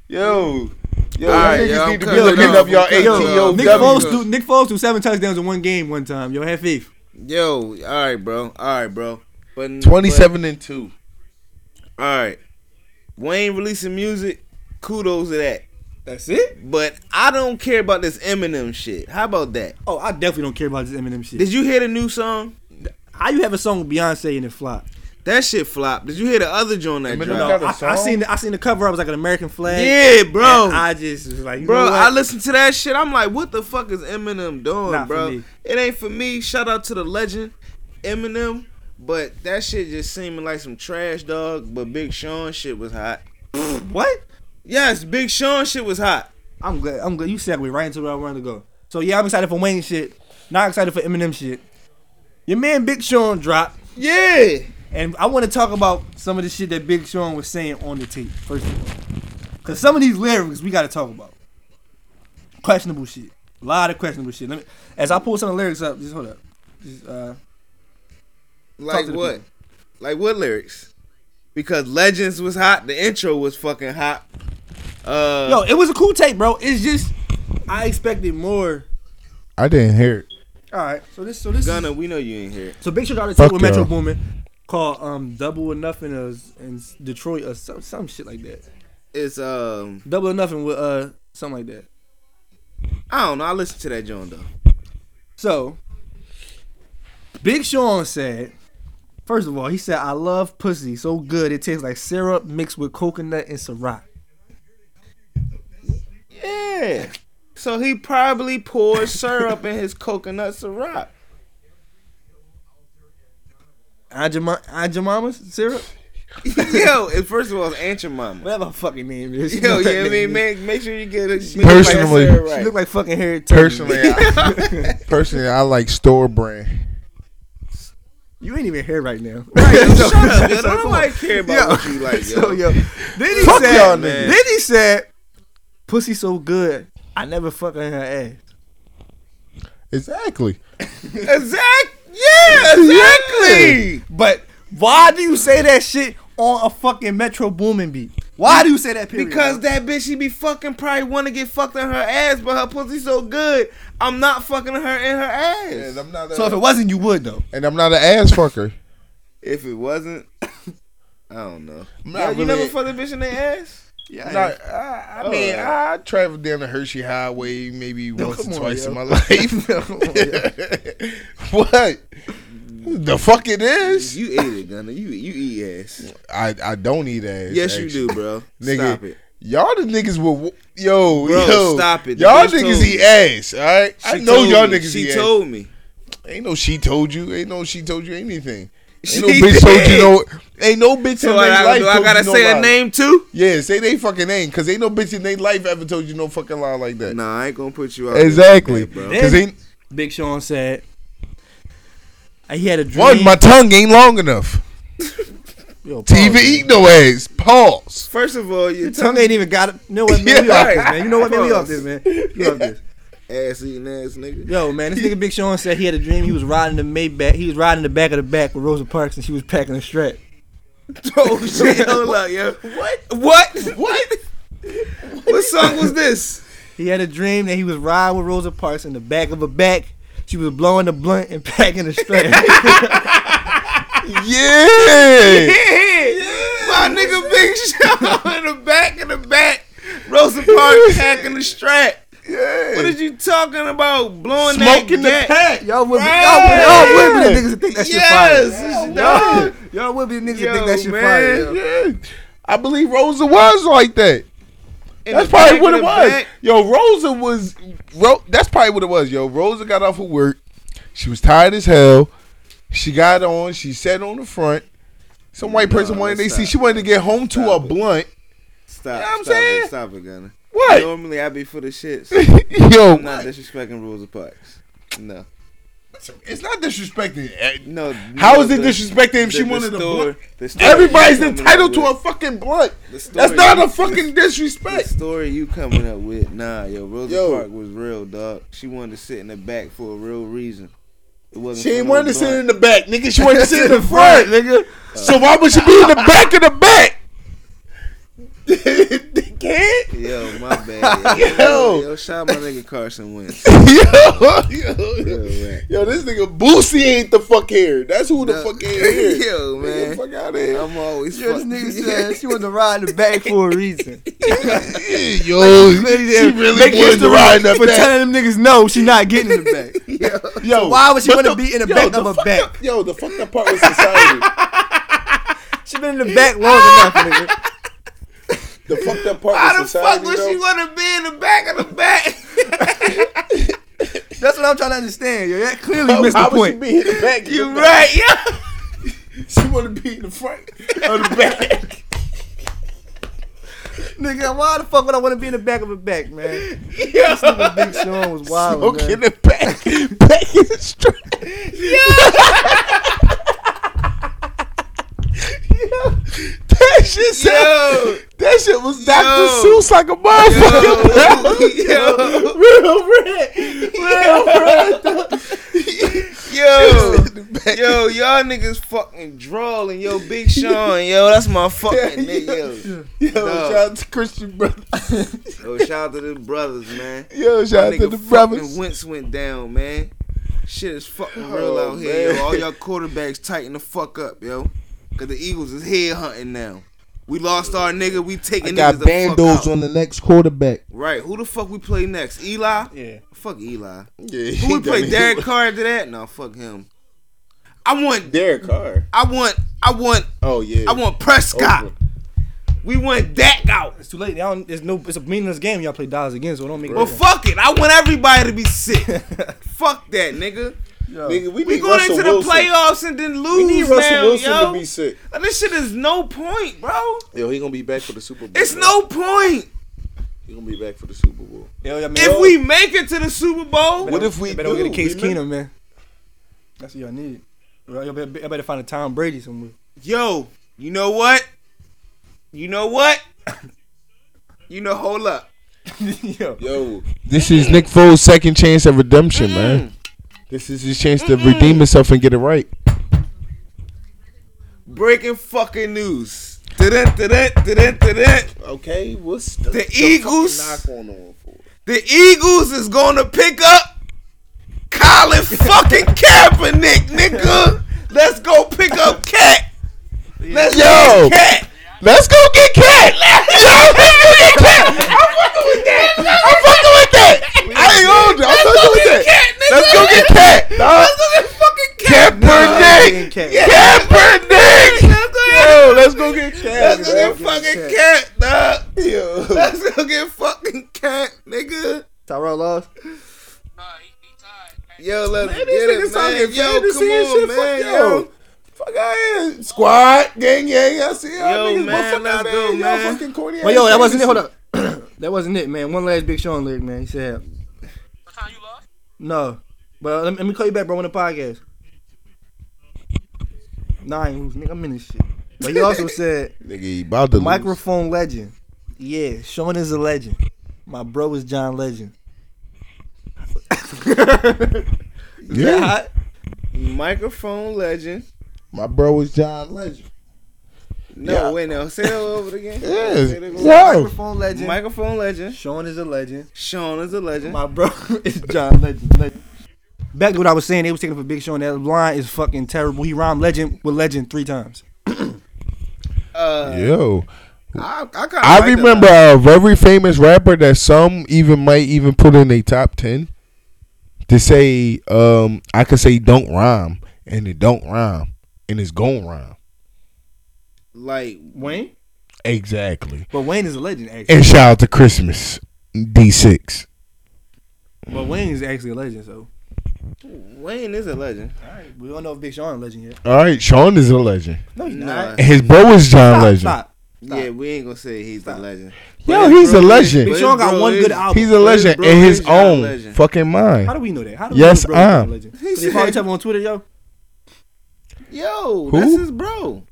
S5: Yo,
S1: Yo,
S10: All
S1: y'all
S10: right,
S1: niggas
S10: yo,
S1: need to
S10: I'm
S1: be
S10: cutting
S1: looking
S10: up.
S1: up y'all
S10: I'm cutting
S1: ATO.
S10: up.
S7: Nick
S1: W.
S7: Foles, threw, Nick Foles threw seven touchdowns in one game one time. Yo, have faith.
S1: Yo, all right, bro. All right, bro. But
S10: Twenty-seven and two.
S1: But, all right. Wayne releasing music. Kudos to that.
S7: That's it.
S1: But I don't care about this Eminem shit. How about that?
S7: Oh, I definitely don't care about this Eminem shit.
S1: Did you hear the new song?
S7: How you have a song with Beyonce and it flop?
S1: That shit flopped. Did you hear the other joint that
S10: Eminem
S1: dropped?
S10: got a
S7: I, I
S10: song?
S7: seen the, I seen the cover. I was like an American flag.
S1: Yeah, bro.
S7: And I just was like, you
S1: Bro,
S7: know what?
S1: I listened to that shit. I'm like, what the fuck is Eminem doing,
S7: Not for
S1: bro?
S7: me.
S1: It ain't for me. Shout out to the legend, Eminem. But that shit just seeming like some trash, dog. But Big Sean shit was hot.
S7: what?
S1: Yes, Big Sean shit was hot.
S7: I'm glad. I'm glad you segue right into where I wanted to go. So yeah, I'm excited for Wayne shit. Not excited for Eminem shit. Your man Big Sean dropped,
S1: Yeah.
S7: and I want to talk about some of the shit that Big Sean was saying on the tape first, of all. cause some of these lyrics we gotta talk about. Questionable shit. A lot of questionable shit. Let me, as I pull some of the lyrics up, just hold up. Just, uh,
S1: Like
S7: to the
S1: what? Like what lyrics? Because Legends was hot. The intro was fucking hot. Uh,
S7: yo, it was a cool tape, bro. It's just I expected more.
S10: I didn't hear it.
S7: All right, so this, so this, is-
S1: Gunna, we know you ain't here.
S7: So Big Sean got a
S10: Fuck
S7: tape with Metro
S10: y'all.
S7: Boomin called um, Double or Nothing or, s- in s- Detroit or some, some shit like that.
S1: It's um,
S7: Double or Nothing with uh something like that.
S1: I don't know. I listened to that joint though.
S7: So Big Sean said, first of all, he said, I love pussy so good it tastes like syrup mixed with coconut and Ciroc.
S1: Yeah. So he probably <laughs> poured syrup in his coconut syrup.
S7: Aunt Jemima- Aunt Jemima's syrup?
S1: <laughs> Yo, and first of all, it's Aunt your mama.
S7: Whatever her fucking name is. She
S1: Yo,
S7: look
S1: yeah,
S7: like
S1: I mean,
S7: that <laughs> name.
S1: make, make sure you get it. make
S10: Personally-
S1: sure you get it
S7: She
S1: right.
S7: look like fucking Harry Tubman.
S10: Personally, I,
S1: <laughs>
S10: <laughs> personally, I like store brand.
S7: You ain't even here right now.
S1: Yo, shut
S7: <laughs>
S1: up, yo. Don't nobody care about
S7: Yo.
S1: what you <laughs> like, yo.
S7: So yo, then he
S10: Fuck
S7: said,
S10: y'all niggas.
S7: then he said, "Pussy so good, I never fuck on her ass."
S10: Exactly.
S1: Exact. Yeah, exactly.
S7: But why do you say that shit on a fucking Metro Boomin beat? Why do you say that? Period?
S1: Because that bitch, she be fucking probably want to get fucked in her ass, but her pussy so good, I'm not fucking her in her ass.
S10: And I'm not. A,
S7: so if it wasn't, you would though.
S10: and I'm not an ass fucker.
S1: if it
S10: <coughs>
S1: wasn't, I don't know.
S10: not
S1: Yo, you
S10: really-
S1: never fucked a bitch in the ass?
S10: Yeah, I, I
S1: Oh.
S10: mean, I traveled down the Hershey
S1: <laughs>
S10: Highway maybe once
S7: come
S10: or
S7: on,
S10: twice
S7: yo.
S10: in my <laughs> life. <laughs> what? The fuck it is?
S1: You ate it, Gunna. You you eat ass.
S10: I, I don't eat ass.
S1: yes,
S10: actually.
S1: you do, bro.
S10: <laughs> Nigga,
S1: Stop it.
S10: Y'all the niggas with yo
S1: Bro,
S10: yo.
S1: stop it. The
S10: Y'all
S1: bitch told
S10: niggas
S1: me.
S10: eat ass. All right, I
S1: She
S10: know
S1: told
S10: y'all
S1: me.
S10: niggas
S1: She
S10: eat
S1: told me.
S10: ass. Ain't no she told you. Ain't no she told you anything. Ain't
S1: She
S10: no bitch told you
S1: did.
S10: no. Ain't no bitch
S1: So
S10: in
S1: what
S10: their
S1: I,
S10: life.
S1: do I
S10: told
S1: gotta
S10: you no
S1: say her
S10: lie.
S1: name too?
S10: Yeah, say they fucking name, cause ain't no bitch in their life ever told you no fucking lie like that.
S1: Nah, I ain't gonna put you out. there like
S10: Exactly,
S1: that, bro.
S10: cause ain't
S7: Big Sean said, uh, "He had a dream."
S10: one my tongue ain't long
S1: <laughs>
S10: enough
S7: Yo,
S10: to
S7: pause,
S10: even
S7: man.
S10: eat no ass. Pause.
S1: First of all, your
S7: Your tongue ain't even got it. You know what, man? We
S10: <laughs> Yeah.
S7: off this, man. You know what, man? We off
S1: Pause.
S7: this, man. We off this.
S1: ass eating ass nigga. <laughs>
S7: Yo, man, this nigga Big Sean said he had a dream. He was riding the Maybach. He was riding the back of the back with Rosa Parks, and she was packing a strap.
S1: Oh shit, hold up, yo. What? What? What? what song was this?
S7: He had a dream that he was riding with Rosa Parks in the back of a back. She was blowing the blunt and <laughs> packing
S1: <laughs>
S7: the strap.
S10: Yeah.
S1: My
S7: <laughs>
S1: nigga Big Sean in the back in the back. Rosa Parks
S7: <laughs>
S1: hacking the strap.
S10: Yeah.
S1: What is you talking about? Blowing
S10: Smoking the
S1: that gat?
S10: pack.
S7: y'all would be,
S1: Right.
S7: y'all, would, y'all would be the niggas that think that shit
S1: Yes,
S7: fire.
S1: it's
S7: Y'all,
S1: dog.
S7: y'all would be the niggas
S1: Yo,
S7: that think that shit
S1: man.
S7: fire. yo.
S10: Yeah. I believe Rosa was like that.
S1: In
S10: That's
S1: the
S10: probably
S1: back
S10: what
S1: of
S10: it
S1: the
S10: was.
S1: back.
S10: Yo, Rosa was. Ro- that's probably what it was. Yo, Rosa got off of work. She was tired as hell. She got on. She sat on the front. Some white person
S1: No,
S10: wanted they see.
S1: stop.
S10: She wanted to get home to a
S1: Stop it.
S10: blunt.
S1: Stop.
S10: You know what I'm
S1: stop
S10: saying?
S1: It, stop it, Gunna.
S10: What?
S1: Normally I be for the shits.
S10: <laughs> Yo,
S1: I'm
S7: <laughs>
S1: not disrespecting rules of parks. No.
S10: it's not disrespecting. eh,
S1: No.
S10: How
S1: no,
S10: is it
S1: the-
S10: disrespecting
S1: the-
S10: if she
S1: the
S10: wanted a
S1: story-
S10: blunt?
S1: the story
S10: Everybody's
S1: you coming
S10: entitled
S1: up
S10: to a
S1: with-
S10: fucking blunt.
S1: the
S10: That's
S1: story
S10: not
S1: you-
S10: a fucking
S1: The
S10: disrespect.
S1: story you coming up with, nah, yo, Rosa
S10: Yo.
S1: Park was real, dog. She wanted to sit in the back for a real reason. It wasn't.
S10: She
S1: for
S10: ain't
S1: no
S10: wanted to sit
S1: blunt.
S10: in the back, nigga. She wanted to sit in <laughs> the front, nigga. So why would she be in the back of the back? they can't.
S7: Yo,
S10: <laughs>
S7: my bad.
S10: Yo.
S7: yo, yo, shout out my nigga Carson Wentz.
S10: <laughs> yo, <laughs> yo,
S7: Real rap.
S10: yo, this nigga Boosie ain't the fuck here. That's who the
S7: No.
S10: fuck
S1: <laughs>
S10: ain't here.
S7: Yo,
S10: Get the
S7: man.
S10: fuck out of here.
S7: I'm always
S1: Yo, this
S7: fuck-
S1: nigga said she wanted to ride in the
S7: <laughs>
S1: back for a reason. <laughs>
S10: Yo, she really was the riding up
S1: for <laughs>
S10: that.
S1: telling them niggas no, she not getting in the back.
S10: Yo,
S1: Why would she want
S10: but the-
S1: to be in the
S10: yo,
S1: back
S10: the
S1: of a
S10: fuck
S1: back?
S10: up- Yo, the fucked up part was society.
S1: <laughs> She been in the
S7: <laughs>
S1: back long enough, nigga.
S10: the fucked up part
S7: How the
S10: was society.
S7: fuck would
S10: though.
S7: she want to be in the back of the back?
S1: <laughs> That's what I'm trying to understand. Yo, that clearly
S10: How-
S1: missed the
S10: how would
S1: point.
S10: she be in the back?
S7: you right, yeah.
S10: <laughs> She want to be in the front of the back.
S1: Nigga, why the fuck would I want to be in the back of a back, man?
S10: Yo,
S1: The Big Sean was wild,
S10: smoke
S1: man.
S10: in the back. Back in the street. That shit said,
S7: Yo.
S10: That shit was Dr.
S7: Yo.
S10: Seuss like a motherfucker.
S7: <laughs> Yo.
S10: Real red. Real red.
S7: Yo, yo, y'all niggas fucking drawling. Yo, Big Sean, yo, that's my fucking nigga. Yo.
S10: Yo,
S7: Dog.
S10: shout out to
S7: <laughs>
S10: Christian brothers.
S7: Yo, shout out to the brothers, man.
S10: Yo, shout out
S7: Nigga,
S10: to the
S7: fucking
S10: brothers.
S7: Wentz went down, man. Shit is fucking real
S10: Oh,
S7: out here,
S10: man.
S7: yo. All y'all quarterbacks tighten the fuck up, yo. Cause the Eagles is head hunting now. We lost our nigga. We taking niggas the fuck out.
S10: the next quarterback.
S7: Right. Who the fuck we play next? Eli.
S1: Yeah.
S7: Fuck
S10: <laughs>
S7: Eli.
S10: Yeah,
S7: Who we play?
S10: <laughs>
S7: Derek Carr after that? No, fuck him. I want.
S10: Derek Carr.
S7: I want. I want.
S10: Oh yeah.
S7: I want Prescott. We want Dak out.
S1: It's too late. Y'all, it's no. It's a meaningless game. Y'all play dollars again, so it don't make.
S7: Well, fuck it. I want everybody to
S1: <laughs>
S7: be sick. fuck that, nigga.
S10: Nigga,
S7: We
S10: we, need
S7: going
S10: Russell
S7: into the
S10: Wilson.
S7: playoffs and then
S10: We need
S7: lose
S10: Russell
S7: now,
S10: Wilson
S7: yo.
S10: to be sick.
S7: Like, this shit is no point, bro.
S10: Yo, he gonna be back for the Super Bowl.
S7: It's
S10: bro.
S7: no point.
S10: He gonna be back for the Super Bowl.
S1: Yo, I mean,
S7: If we make it to the Super Bowl,
S10: What if we
S1: better go
S10: do,
S1: get a Case
S10: we make-
S1: Keenum, man. That's what y'all need. Y'all better, y'all better find a Tom Brady somewhere.
S7: yo, you know what? You
S1: <laughs>
S7: know what? you know, hold up.
S1: Yo,
S10: Yo, this is Nick Foles' second chance at redemption, man. This is his chance to redeem himself and get it right.
S7: Breaking fucking news. Dun-dun, dun-dun, dun-dun, dun-dun.
S10: Okay, what's
S7: The fucking Eagles? knock
S10: on on for?
S7: The Eagles is gonna pick up Colin fucking Kaepernick, nigga. Let's go pick up Cat. Let's
S10: Yo.
S7: go get Cat.
S10: Let's go get Cat. Yo, let's go get Cat. I'm fucking with that. I'm fucking with that. I ain't on that. I'm fucking with that. Let's go get Cat. Let's go get fucking Cat. Kaepernick.
S1: Cat.
S10: Kaepernick. Yo, let's go get Cat.
S7: Let's go get fucking Cat, dog.
S10: Yo.
S7: Let's go get fucking Cat, nigga.
S1: Tyrell lost.
S7: Yo, let's
S10: Man,
S7: get
S10: these niggas
S7: it,
S10: out
S7: man.
S10: here
S7: Yo,
S10: fantasy
S7: come
S10: and
S7: on,
S10: shit.
S7: man.
S10: Fuck yo.
S7: Yo,
S10: Fuck out here. Squad, gang, gang. I see y'all
S7: Yo,
S10: niggas.
S7: man,
S10: motherfuckers
S7: let's
S10: out
S7: go,
S10: here. Y'all
S7: man.
S10: fucking corny
S1: Well, Oh, yo,
S10: ass
S1: that wasn't it. Hold
S10: niggas.
S1: up. <clears throat> that wasn't it, man. One last Big Sean lyric, man. He said, "No, but let me, let me call you back, bro, on the podcast." Nine, nigga, I'm in this shit. But he also
S10: <laughs>
S1: said,
S10: Nigga, he about to lose.
S1: "Microphone legend." Yeah, Sean is a legend. My bro is John Legend.
S10: Yeah.
S1: Hot?
S7: Microphone legend.
S10: My bro was John Legend.
S7: No,
S10: Yeah.
S7: wait, no. Say it over again.
S10: Yes.
S7: Say it again.
S10: Yo.
S1: Microphone legend.
S7: Microphone legend.
S1: Sean is a legend.
S7: Sean is a legend.
S1: My bro is John Legend. Legend. Back to what I was saying, they was taking up a big show, and that line is fucking terrible. He rhymed legend with legend three times.
S7: Uh,
S10: Yo.
S7: I, I, kinda
S10: I
S7: like that
S10: remember a very famous rapper that some even might even put in a top ten to say, um, I could say don't rhyme and it don't rhyme and it's gon' rhyme.
S7: Like,
S1: Wayne,
S10: Exactly.
S1: but Wayne is a legend actually.
S10: And shout out to Christmas D six.
S1: But Wayne is actually a legend, so
S7: Wayne is a legend.
S1: we don't know if Big Sean a legend yet.
S10: All right, Sean is a legend.
S1: No, he's
S7: Nah.
S1: not.
S10: And his bro is John
S1: Stop,
S10: Legend.
S1: stop.
S7: Yeah, we ain't gonna say he's a legend.
S10: Yo, he's a legend.
S1: Big
S7: But
S1: Sean
S7: his
S1: got
S7: bro
S1: one
S7: is-
S1: good album.
S10: He's a legend
S7: bro
S10: in
S7: is
S10: his
S7: John
S10: own
S7: Legend.
S10: fucking
S1: How
S10: mind.
S1: do we know that? How do we
S10: Yes,
S1: know his brother's
S10: I'm.
S1: a legend?
S7: He
S1: So they follow
S7: said-
S1: each other on Twitter, yo.
S7: Yo,
S10: Who?
S7: that's his bro.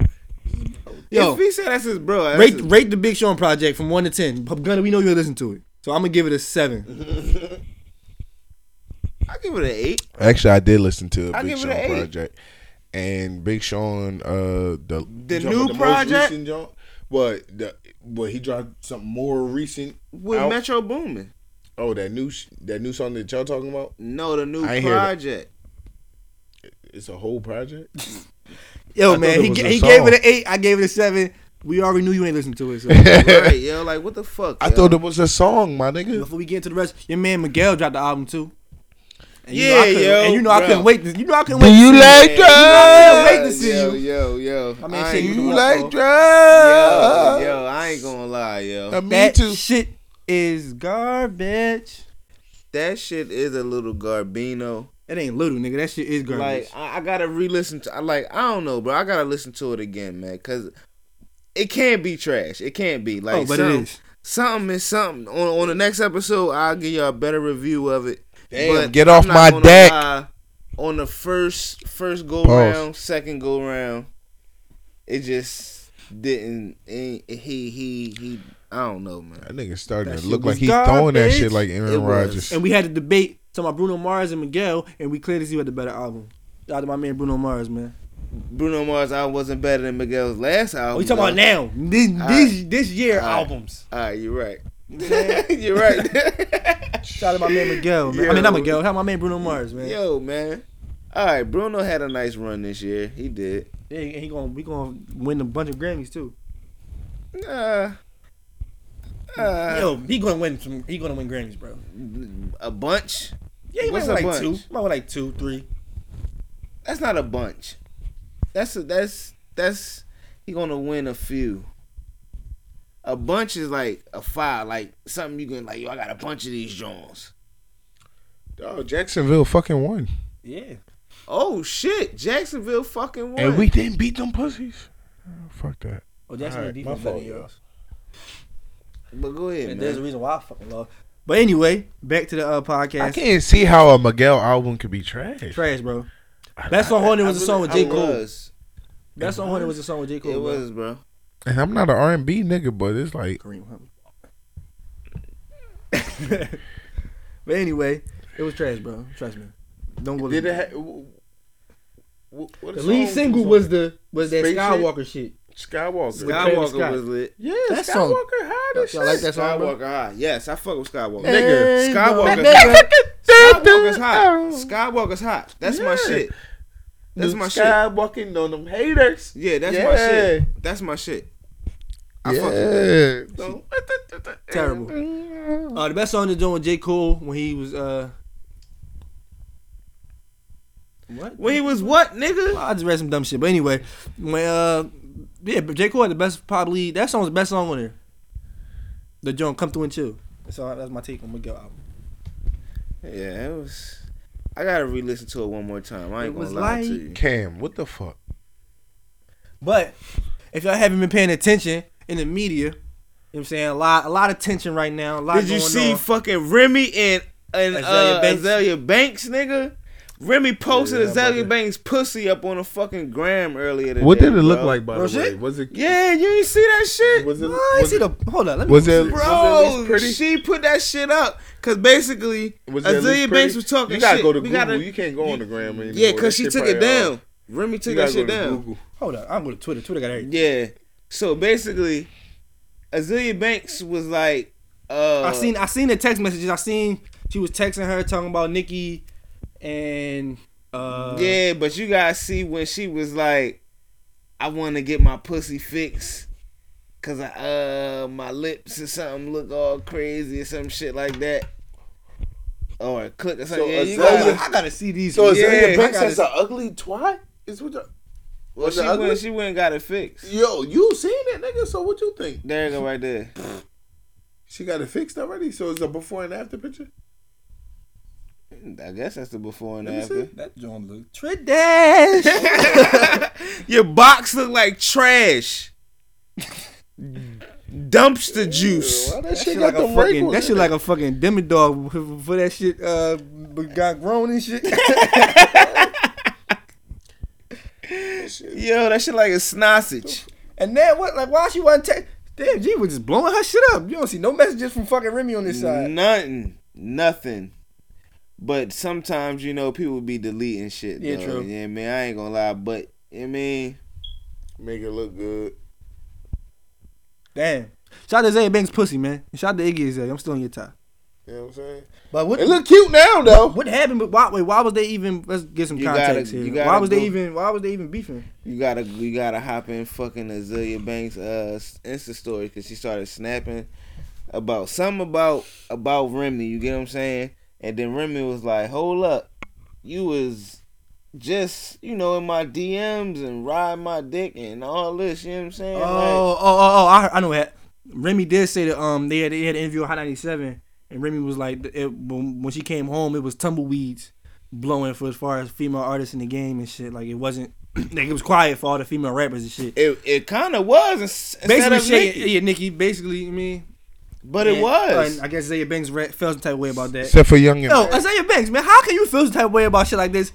S1: Yo,
S7: If he said that's his bro, that's
S1: rate
S7: his-
S1: rate the Big Sean project from one to ten. Gunna, we know you listen to it, so I'm gonna give it a seven.
S7: <laughs> I give it an eight.
S10: Actually, I did listen to a
S7: I'll
S10: Big
S7: give it
S10: Sean
S7: an eight.
S10: project,
S12: and Big Sean, uh, the
S7: The
S12: Jump
S7: new
S12: on most
S7: project?
S12: recent jump. But the but he dropped something more recent
S10: With Metro Boomin.
S12: Oh, that new sh- that new song that y'all talking about?
S10: No, the new
S12: I ain't hear that.
S10: project.
S12: It's a
S10: <laughs>
S12: whole project.
S1: Yo,
S12: I
S1: man,
S12: thought
S1: he,
S12: it was
S1: ga-
S12: a
S1: he gave
S12: song.
S1: it an eight. I gave it a seven. We already knew you ain't listened to it. So.
S10: <laughs>
S12: Right,
S10: yo, like what the fuck?
S12: I thought it was a song, my nigga.
S1: Before we get into the rest, your man Miguel dropped the album too. And
S10: Yeah,
S1: you know I couldn't-
S10: yo,
S1: And you know I
S10: bruh.
S1: couldn't wait. To, you uh, know I couldn't
S10: Do
S1: wait.
S10: you
S1: to see
S10: like
S1: You know I couldn't wait to
S10: drugs?
S1: see
S10: Yo,
S1: you.
S10: yo, yo.
S1: I mean,
S10: I
S1: shit, you
S10: ain't gonna
S1: like
S10: lie.
S1: drugs?
S10: Yo, yo, I ain't gonna lie, yo.
S1: Uh, me That too. shit is garbage.
S10: That shit is a little garbino.
S1: It ain't little, nigga. That shit is garbage.
S10: Like I, I gotta re-listen to. I like I don't know, bro. I gotta listen to it again, man, because it can't be trash. It can't be like.
S1: Oh, but it
S10: something,
S1: is.
S10: Something is something. On on the next episode, I'll give y'all a better review of it.
S12: Damn, get off
S10: not
S12: my
S10: gonna
S12: deck.
S10: lie, on the first first go
S12: Pause.
S10: round, second go round, it just didn't. It, he he he. I don't know, man.
S12: That nigga starting
S10: That
S12: to
S10: shit
S12: look
S10: was
S12: like he's throwing that shit
S10: garbage.
S12: like Aaron
S10: It was.
S12: Rodgers.
S1: and we had a debate talking about Bruno Mars and Miguel, and we clearly see who had the better album. Shout out to my man Bruno Mars, man.
S10: Bruno Mars, I wasn't better than Miguel's last album.
S1: Oh, you talking about now? This
S10: All right.
S1: this, this year
S10: All right.
S1: albums.
S10: All right, you're right. <laughs>
S1: <laughs>
S10: you're right.
S1: Shout out to my man Miguel, man. I mean, not Miguel. Shout out to my man Bruno Mars, man.
S10: Yo, man. All right, Bruno had a nice run this year. He did.
S1: Yeah, and he gonna we gonna win a bunch of Grammys too.
S10: Uh,
S1: Yo, he gonna win some. He gonna win Grammys, bro.
S10: a bunch.
S1: Yeah, he
S10: What's
S1: might
S10: a
S1: win like
S10: bunch?
S1: two. Might win like two, three.
S10: That's not a bunch. That's a, that's that's he gonna win a few. A bunch is like a five, like something you can like. Yo, I got a bunch of these Jones.
S12: Dog, Oh, Jacksonville fucking won,
S1: Yeah.
S10: Oh shit, Jacksonville fucking won.
S12: and we didn't beat them pussies. Oh, fuck that.
S1: Oh, that's
S12: All
S1: right,
S12: right,
S1: defense
S12: my
S1: better
S12: fault,
S1: than
S12: yo.
S1: yours.
S10: But go ahead,
S1: And
S10: man.
S1: there's a reason why I fucking love. But anyway, back to the uh, podcast.
S12: I can't see how a Miguel album could be trash.
S1: Trash, bro. Best on Horny was a song with
S10: I
S1: J Cole.
S10: was.
S1: Best on Horny was a song with J Cole.
S10: It
S1: bro.
S10: was, bro.
S12: And I'm not an R and B nigga, but it's like
S1: Kareem Hunt. <laughs> but anyway, it was trash, bro. Trust me. Don't go.
S12: Did
S1: listen.
S12: it? Ha- w- w- what
S1: the
S12: song
S1: lead single
S12: on?
S1: was the was that
S12: Space
S1: Skywalker shit.
S12: Skywalker.
S1: Sky- Travis Scott.
S10: Skywalker was lit.
S12: yeah,
S1: that
S12: Skywalker
S1: song.
S12: hot as
S1: Y'all like
S12: shit.
S1: that song, bro?
S10: Skywalker high. Yes, I fuck with Skywalker.
S12: Nigga,
S10: Skywalker. Skywalker's hot. Skywalker's hot. That's my
S12: Yeah.
S10: shit. That's my shit.
S12: Skywalking on them haters.
S10: Yeah, that's my
S12: Yeah.
S10: shit. That's my shit. I fuck with
S12: Yeah.
S10: that.
S1: Terrible. Uh, the best song they're doing with J Cole when he was uh. What?
S10: When he was what, nigga?
S1: I just read some dumb shit, but anyway, when uh, yeah, but J Cole had the best probably that song was the best song on there. The joint "Come Through and Chill." So that's my take on Miguel album.
S10: Yeah, it was. I gotta re-listen to it one more time. I ain't
S1: It
S10: gonna
S1: was
S10: lie
S1: like-
S10: to you.
S12: Cam, what the fuck?
S1: But if y'all haven't been paying attention in the media, you know what I'm saying a lot, a lot of tension right now. A lot
S10: Did you
S1: going
S10: see
S1: on.
S10: fucking Remy and and
S1: Azalea
S10: uh,
S1: Banks?
S10: Azalea Banks, nigga? Remy posted Azalea Banks pussy up on a fucking gram earlier today.
S12: What did it look
S10: bro.
S12: like by
S1: Real
S12: the way?
S1: shit?
S12: Was it?
S10: Yeah, you ain't see that shit,
S12: Was it?
S1: I
S12: Was
S1: see
S12: it?
S1: the hold on. Let me
S12: Was it? was it at
S10: bro.
S12: least pretty?
S10: She put that shit up because basically
S12: Was it at
S10: Azalea
S12: least
S10: Banks
S12: pretty?
S10: was talking.
S12: You gotta
S10: shit.
S12: go to
S10: We
S12: Google.
S10: gotta-
S12: you can't go on the gram anymore.
S10: yeah, because
S12: That
S10: she
S12: shit
S10: took it
S12: probably
S10: down.
S12: off.
S10: Remy
S12: You
S10: took that
S12: gotta go
S10: shit
S12: to
S10: down.
S12: Google.
S1: hold on. I'm going to Twitter. Twitter got everything.
S10: Yeah. So basically, Azalea Banks was like, uh,
S1: I seen I seen the text messages. I seen she was texting her talking about Nikki and uh
S10: Yeah, but you guys see when she was like, I want to get my pussy fixed. Cause I, uh my lips or something look all crazy or some shit like that, or a click or something.
S12: So
S10: yeah, you
S12: Azalea-
S10: gotta-
S1: I gotta see these.
S12: So is
S10: Yeah,
S12: Azalea
S10: I
S12: Banks
S10: gotta
S12: as an ugly twat? Is what? the-
S10: well,
S12: was
S10: she
S12: it ugly?
S10: went, she went and got it fixed.
S12: Yo, you seen that nigga? So what you think?
S10: There you go, right there.
S12: She got it fixed already. So it's a before and after picture.
S10: I guess that's the before and
S12: Let me
S10: after.
S12: see.
S1: that John Luke Tridash.
S10: Your box look like trash, dumpster juice.
S12: Why
S1: That shit like a fucking that shit like a fucking demi dog for for that shit uh but got grown and shit.
S10: Yo, that shit like
S1: <laughs>
S10: a sausage.
S1: and then what like why she wasn't text Damn G was just blowing her shit up. You don't see no messages from fucking Remy on this
S7: Mm-hmm.
S1: side.
S10: Nothing. Nothing. But sometimes, you know, people be deleting shit.
S1: Yeah,
S10: though.
S1: true.
S10: Yeah, man, I ain't gonna lie. But
S7: You mean?
S12: Make it look good.
S1: Damn. Shout out to Zay Banks pussy, man. And shout out to Iggy Azalea. I'm still on your top.
S12: You know what I'm saying?
S1: But what
S12: It look cute now though.
S1: What happened? But why? Wait, why was they even? Let's get some
S7: You
S1: context
S7: gotta- you
S1: here.
S7: gotta
S1: Why was they
S7: go-
S1: even? Why was they even beefing?
S7: You gotta you gotta hop in fucking Azealia Banks uh Insta story because she started snapping about something about about Remy. You get what I'm saying? And then Remy was like, "Hold up, you was just you know in my DMs and ride my dick and all this." You know what I'm saying?
S1: Oh, oh, oh, oh! I, I know that. Remy did say that um they had they had an interview on Hot 97, and Remy was like it, when, when she came home, it was tumbleweeds blowing for as far as female artists in the game and shit. Like it wasn't <clears throat> like it was quiet for all the female rappers and shit.
S7: it it kind of was ins- instead
S1: basically,
S7: of
S1: shit,
S7: Nicki.
S1: yeah, Nicki. Basically, I mean.
S7: but it
S1: And-
S7: was.
S1: and I guess Zaya Banks re- feels the type of way about that.
S12: Except for Young and
S1: Yo, Isaiah Banks, man, how can you feel some type of way about shit like this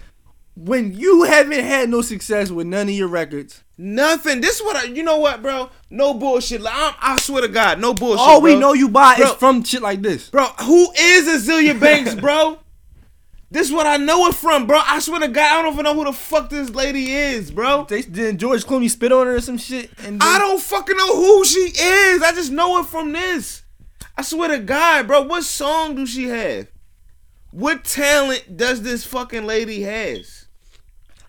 S1: when you haven't had no success with none of your records?
S7: Nothing. This what I, you know what, bro? No bullshit. Like, I'm, I swear to God, no bullshit.
S1: All we
S7: bro.
S1: know you buy is
S7: Bro.
S1: from shit like this.
S7: Bro, who is
S1: <laughs>
S7: Azealia Banks, bro? this is what I know it from, bro. I swear to God, I don't even know who the fuck this lady is, bro.
S1: They then George Clooney spit on her or some shit, and
S7: I don't fucking know who she is. I just know it from this. I swear to God, bro. What song do she have? What talent does this fucking lady has?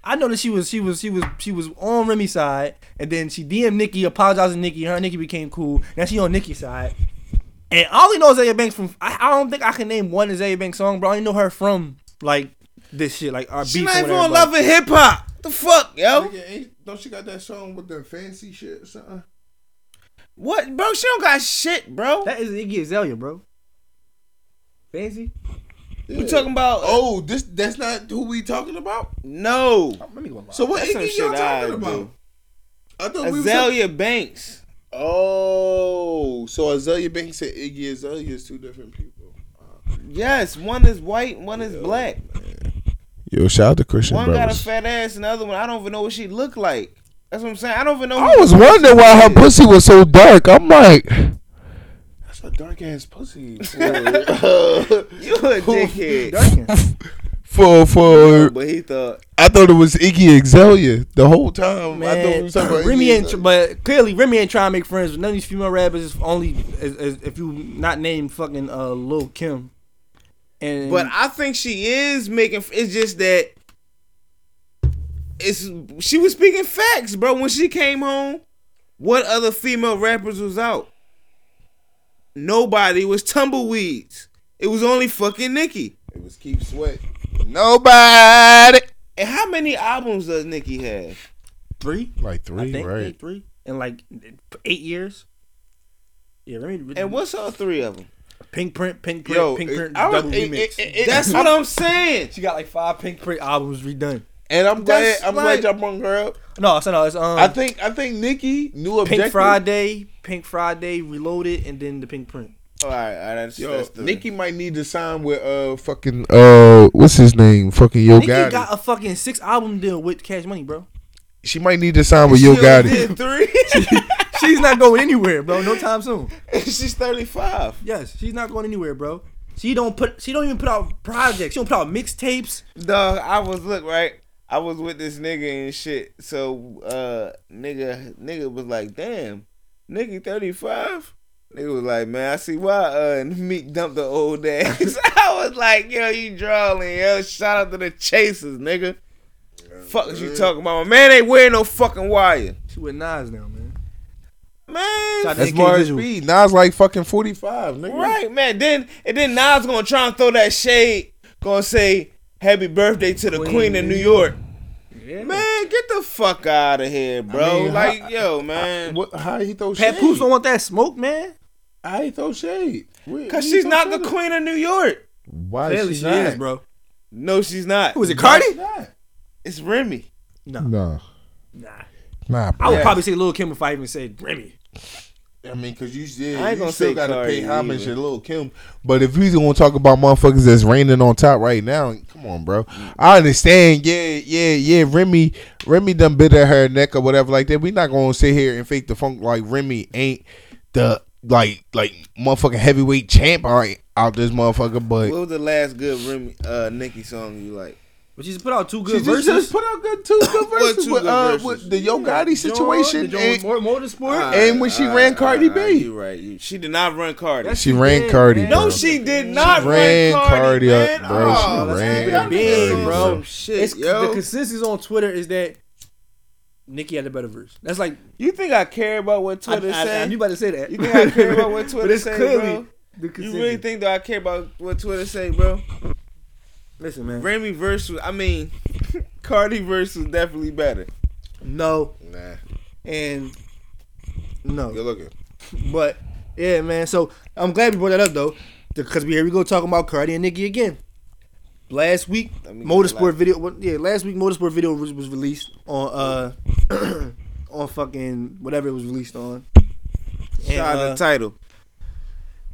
S1: I know that she was she was she was she was on Remy's side, and then she DM Nikki, apologized to Nikki. Her and Nikki became cool. Now she on Nikki's side, and I only know Isaiah Banks from. I, I don't think I can name one Isaiah Banks song, bro. I only know her from like this shit, like our
S7: She
S1: beef. or
S7: not even
S1: whatever,
S7: on
S1: but-
S7: Love and Hip Hop. The fuck, yo?
S12: don't she got that song with the fancy shit or something?
S7: What, bro? She don't got shit, bro.
S1: That is Iggy Azalea, bro. Fancy?
S7: We talking about? Oh
S12: Oh, this that's not who we talking about?
S7: no,
S1: Let me go live.
S12: So what
S7: That's some
S12: Iggy y'all
S7: shit
S12: talking
S7: I
S12: about?
S7: do.
S12: I thought we was talking-
S7: Azalea Banks.
S12: Oh, so Azalea Banks and Iggy Azalea is two different people.
S7: Yes, one is white, one is black.
S12: Yo, shout out to Christian
S7: One got a
S12: Brothers.
S7: fat ass, and the other one I don't even know what she look like. That's what I'm saying. I don't even know.
S12: I
S7: who-
S12: was wondering why her pussy was so dark. I'm like, that's a dark
S7: <laughs>
S12: ass pussy for
S1: <laughs>
S7: You a dickhead.
S12: for, for
S7: but he thought
S12: I thought it was Iggy Azalea the whole time. I thought we
S1: Man,
S12: was talking about
S1: Remy
S12: Iggy
S1: ain't, tr-
S12: Azalea.
S1: but clearly Remy ain't trying to make friends with none of these female rappers. It's only as, as, if you not name fucking uh, Lil Kim. And
S7: But
S12: Mm.
S7: I think she is making. It's just that it's she was speaking facts, bro. When she came home, what other female rappers was out? Nobody It was tumbleweeds. It was only fucking Nicki.
S12: it was Keep Sweat. Nobody.
S7: And how many albums does Nicki have?
S1: three,
S12: Like
S1: I
S12: three,
S1: think
S12: right?
S1: three, in like eight years. Yeah, Remy.
S7: And what's all three of them?
S1: Pink Print, Pink Print,
S12: Yo,
S1: Pink
S12: it-
S1: Print
S12: I was-
S1: double
S12: it-
S1: remix?
S12: it- it-
S7: That's what I'm saying.
S1: she got like five Pink Print albums redone.
S12: And I'm glad.
S7: That's
S12: I'm
S7: like-
S12: glad y'all brought her up.
S1: No, so no, it's um.
S12: I think. I think Nikki knew
S1: Pink
S12: objective.
S1: Friday, Pink Friday, Reloaded, and then the Pink Print.
S7: All right, all right, that's,
S12: Yo,
S7: that's the
S12: <laughs> Nikki might need to sign with uh fucking uh what's his name fucking Yo
S1: Nicki
S12: Gotti.
S1: got a fucking six album deal with Cash Money, bro. <laughs>
S12: she might need to sign with Yo
S7: She only
S12: Gotti.
S7: did three.
S1: She's not going anywhere, bro. No time soon.
S7: She's thirty five.
S1: Yes, she's not going anywhere, bro. She don't put. She don't even put out projects. She don't put out mixtapes.
S7: Dog, I was look right. I was with this nigga and shit. So uh, nigga, nigga was like, damn, Nikki thirty five. Nigga was like, man, I see why uh <laughs> Meek dumped the old ass. <laughs> I was like, yo, you drawing, yo. Shout out to the chasers, nigga. Fuck is you talking about? My man ain't wearing no fucking wire.
S1: She with Nas now, man.
S7: Man,
S1: Shout out to
S12: That's
S1: NK
S12: Mars
S1: Visual.
S12: B. Nas like fucking forty five. Nigga.
S7: Right, man. Then and then Nas gonna try and throw that shade, gonna say happy birthday to the queen, of New York. Man, get the fuck out of here, bro. <laughs>
S12: mean,
S7: like,
S12: how-
S7: yo, man.
S12: What? How he throw shade?
S1: Papoose don't want that smoke, man.
S12: How he throw shade? Where-
S7: Cause
S12: he
S7: she's
S12: throw
S7: not the
S12: shade?
S7: queen of New York.
S12: Why
S1: Clearly
S12: is
S1: she,
S12: she, not?
S1: is, bro.
S7: No, she's not.
S1: Who is it, Cardi?
S12: Nah.
S7: It's Remy.
S12: Nah.
S1: Nah.
S12: Nah.
S1: I would
S12: bro.
S1: probably say Lil Kim if I even said Remy.
S12: I mean, cause you did.
S7: I ain't
S12: you
S7: gonna
S12: still
S7: say
S12: gotta
S7: Cardi
S12: pay homage
S7: either.
S12: to Lil Kim. But if he's gonna talk about motherfuckers that's raining on top right now, come on, bro. I understand. Yeah, yeah, yeah. Remy, Remy done bit at her neck or whatever like that. We not gonna sit here and fake the funk like Remy ain't the like like motherfucking heavyweight champ. All right, out this motherfucker, but
S7: What was the last good Remy uh Nicki song you like?
S1: It But she's put out two
S12: She
S1: good
S12: just,
S1: verses.
S12: just put out good two <laughs> good verses
S1: two
S12: with,
S1: good
S12: uh,
S1: verses?
S12: with the Yo Gotti
S1: Joy,
S12: situation
S1: the Joy
S12: and,
S1: Moore- Motorsport.
S12: and when she ran Cardi B.
S10: You right. You, she did not run Cardi.
S12: Yes, she she ran did, Cardi, man.
S10: No,
S12: bro.
S10: she did not
S12: ran
S10: run Cardi,
S12: Cardi up,
S10: man.
S12: bro. She
S10: Oh, let's
S12: ran
S10: keep it
S12: Cardi,
S10: being,
S12: bro.
S10: Some Shit,
S1: It's-
S10: yo.
S1: The consensus on Twitter is that Nicki had a better verse. That's like
S10: you think I care about what
S1: I,
S10: Twitter
S1: I-
S10: say?
S1: I knew about to say that.
S10: You think I care
S1: <laughs>
S10: about what
S1: But
S10: Twitter
S1: it's
S10: say,
S1: clearly
S10: bro?
S1: the
S10: You
S1: consensus.
S10: really think that I care about what Twitter say, bro?
S1: Listen, man.
S10: Remy versus, I mean, <laughs> Cardi versus definitely better.
S1: No
S10: Nah,
S1: and no.
S10: good looking.
S1: But yeah, man. So I'm glad we brought that up though, because we here we go talking about Cardi and Nicki again. Last week,
S10: me
S1: motorsport
S10: relax.
S1: video. well, Yeah, last week motorsport video was, was released on uh <clears throat> on fucking whatever it was released on. And,
S10: Shout out
S1: uh,
S10: the title.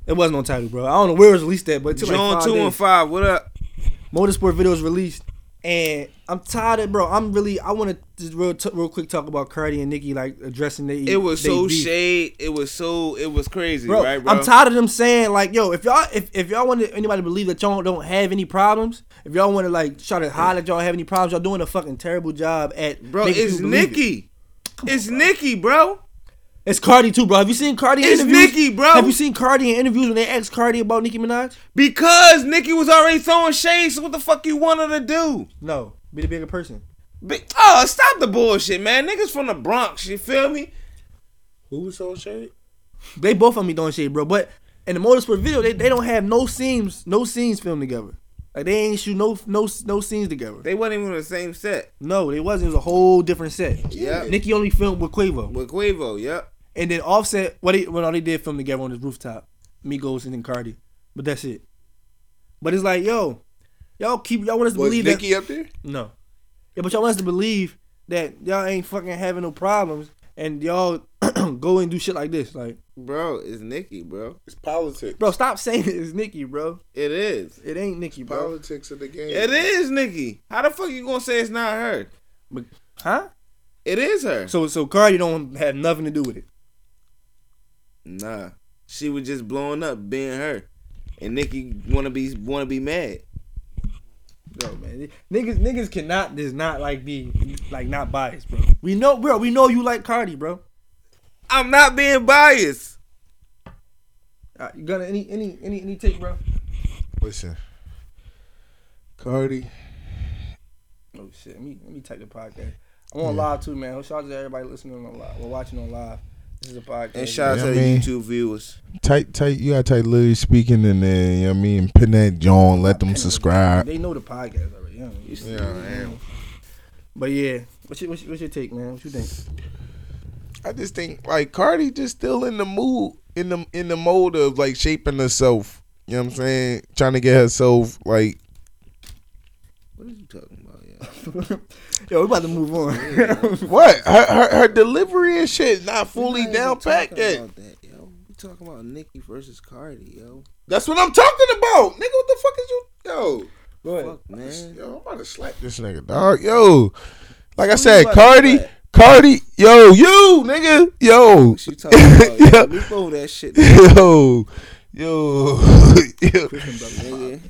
S1: it wasn't on title, bro. I don't know where it was released at, but it took like
S10: John
S1: five
S10: two
S1: days.
S10: and five. What up?
S1: Motorsport videos released, and I'm tired of bro. I'm really I want to just real t- real quick talk about Cardi and Nicki like addressing they.
S10: It was
S1: they
S10: so
S1: beef.
S10: shade. It was so. It was crazy,
S1: bro,
S10: right, bro?
S1: I'm tired of them saying like, yo, if y'all if, if y'all want anybody to believe that y'all don't have any problems, if y'all want to like try to hide that y'all have any problems, y'all doing a fucking terrible job at
S10: bro.
S1: making
S10: It's
S1: people believe it.
S10: Nikki. It's Nikki, bro.
S1: It's Cardi too, bro. Have you seen Cardi? in
S10: It's
S1: interviews?
S10: Nicki, bro.
S1: Have you seen Cardi in interviews when they asked Cardi about Nicki Minaj?
S10: Because Nikki was already throwing shade. So what the fuck you wanted to do?
S1: No, be the bigger person.
S10: Be- oh, stop the bullshit, man. Niggas from the Bronx. You feel me?
S12: Who was on shade?
S1: They both on me doing shit, bro. But in the motorsport video, they, they don't have no scenes, no scenes filmed together. Like they ain't shoot no no no scenes together.
S10: They wasn't even on the same set
S1: No, they wasn't. It was a whole different set.
S10: Yeah.
S1: Nicki only filmed with Quavo.
S10: with Quavo. Yep.
S1: And then Offset, what they, well, no, they did film together on this rooftop, Migos and then Cardi, but that's it. But it's like, yo, y'all keep y'all want us to
S12: Was
S1: believe
S12: Nicki up there?
S1: that no, yeah, but y'all want us to believe that y'all ain't fucking having no problems, and y'all <clears throat> go and do shit like this, like,
S10: Bro, it's Nikki, bro.
S12: It's politics.
S1: bro, stop saying <laughs> it's Nicki, bro.
S10: It is.
S1: It ain't Nicki, bro.
S12: Politics of the game.
S10: It is Nikki. How the fuck you gonna say it's not her?
S1: But, huh?
S10: It is her.
S1: So so Cardi don't have nothing to do with it.
S10: Nah, she was just blowing up, being her, and Nikki wanna be wanna be mad.
S1: No man, niggas niggas cannot does not like be like not biased, bro. We know, bro. We know you like Cardi, bro.
S10: I'm not being biased.
S1: Uh, you got any any any any take, bro?
S12: Listen, Cardi.
S1: Oh shit, let me let me type the podcast. I'm on live too, man. Shout out to everybody listening on live. We're watching on live. This is a podcast.
S10: And shout out
S12: Yeah,
S10: to the
S12: man.
S10: YouTube viewers.
S12: Tight, tight. You gotta tight, literally speaking in there. You know what I mean? Pin that John. Let them subscribe.
S1: They know the podcast already. Yeah,
S12: Yeah, I am.
S1: But yeah, what's your, what's, your, what's your take, man? What you think?
S12: I just think like Cardi just still in the mood, in the in the mode of like shaping herself. You know what I'm saying? Trying to get herself like
S10: What are you talking about? Yeah.
S1: <laughs> Yo, we about to move on.
S12: what her her, her delivery and shit not fully down pat yet.
S10: About that, yo. We talking about Nikki versus Cardi, yo.
S12: That's what I'm talking about, nigga. What the fuck is you? Yo,
S1: Go ahead.
S10: Fuck, man.
S12: Yo, I'm about to slap this nigga, dog. Yo, like I said,
S10: about to
S12: Cardi,
S10: slap?
S12: Cardi, yo, you, nigga, <laughs> yo,
S10: What you talking about?
S12: Yeah.
S10: yo? Loop over that shit,
S12: <laughs> yo, yo, <laughs> yo.
S10: nigga.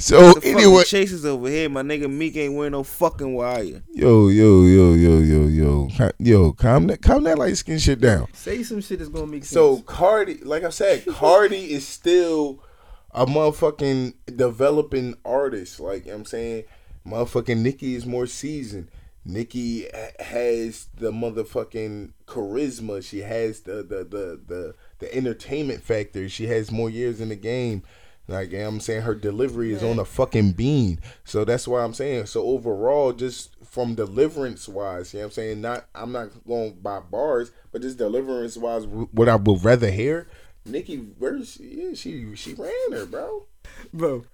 S12: So
S10: The
S12: anyway,
S10: fucking Chase is over here. My nigga Meek ain't wearing no fucking wire.
S12: yo, yo, yo, yo, yo, yo, Ca- yo, calm that, calm that light skin shit down.
S1: Say some shit that's gonna make sense.
S12: So Cardi, like I said, Cardi is still a motherfucking developing artist. Like you know what I'm saying, motherfucking Nicki is more seasoned. Nicki ha- has the motherfucking charisma. She has the the the the, the entertainment factor. She has more years in the game. Like you know what I'm saying, her delivery is on a fucking bean. So that's why I'm saying. So overall, just from deliverance wise, you know what I'm saying. Not I'm not going by bars, but just deliverance wise, what I would rather hear. Nikki verse, yeah, she she ran her, bro.
S1: bro.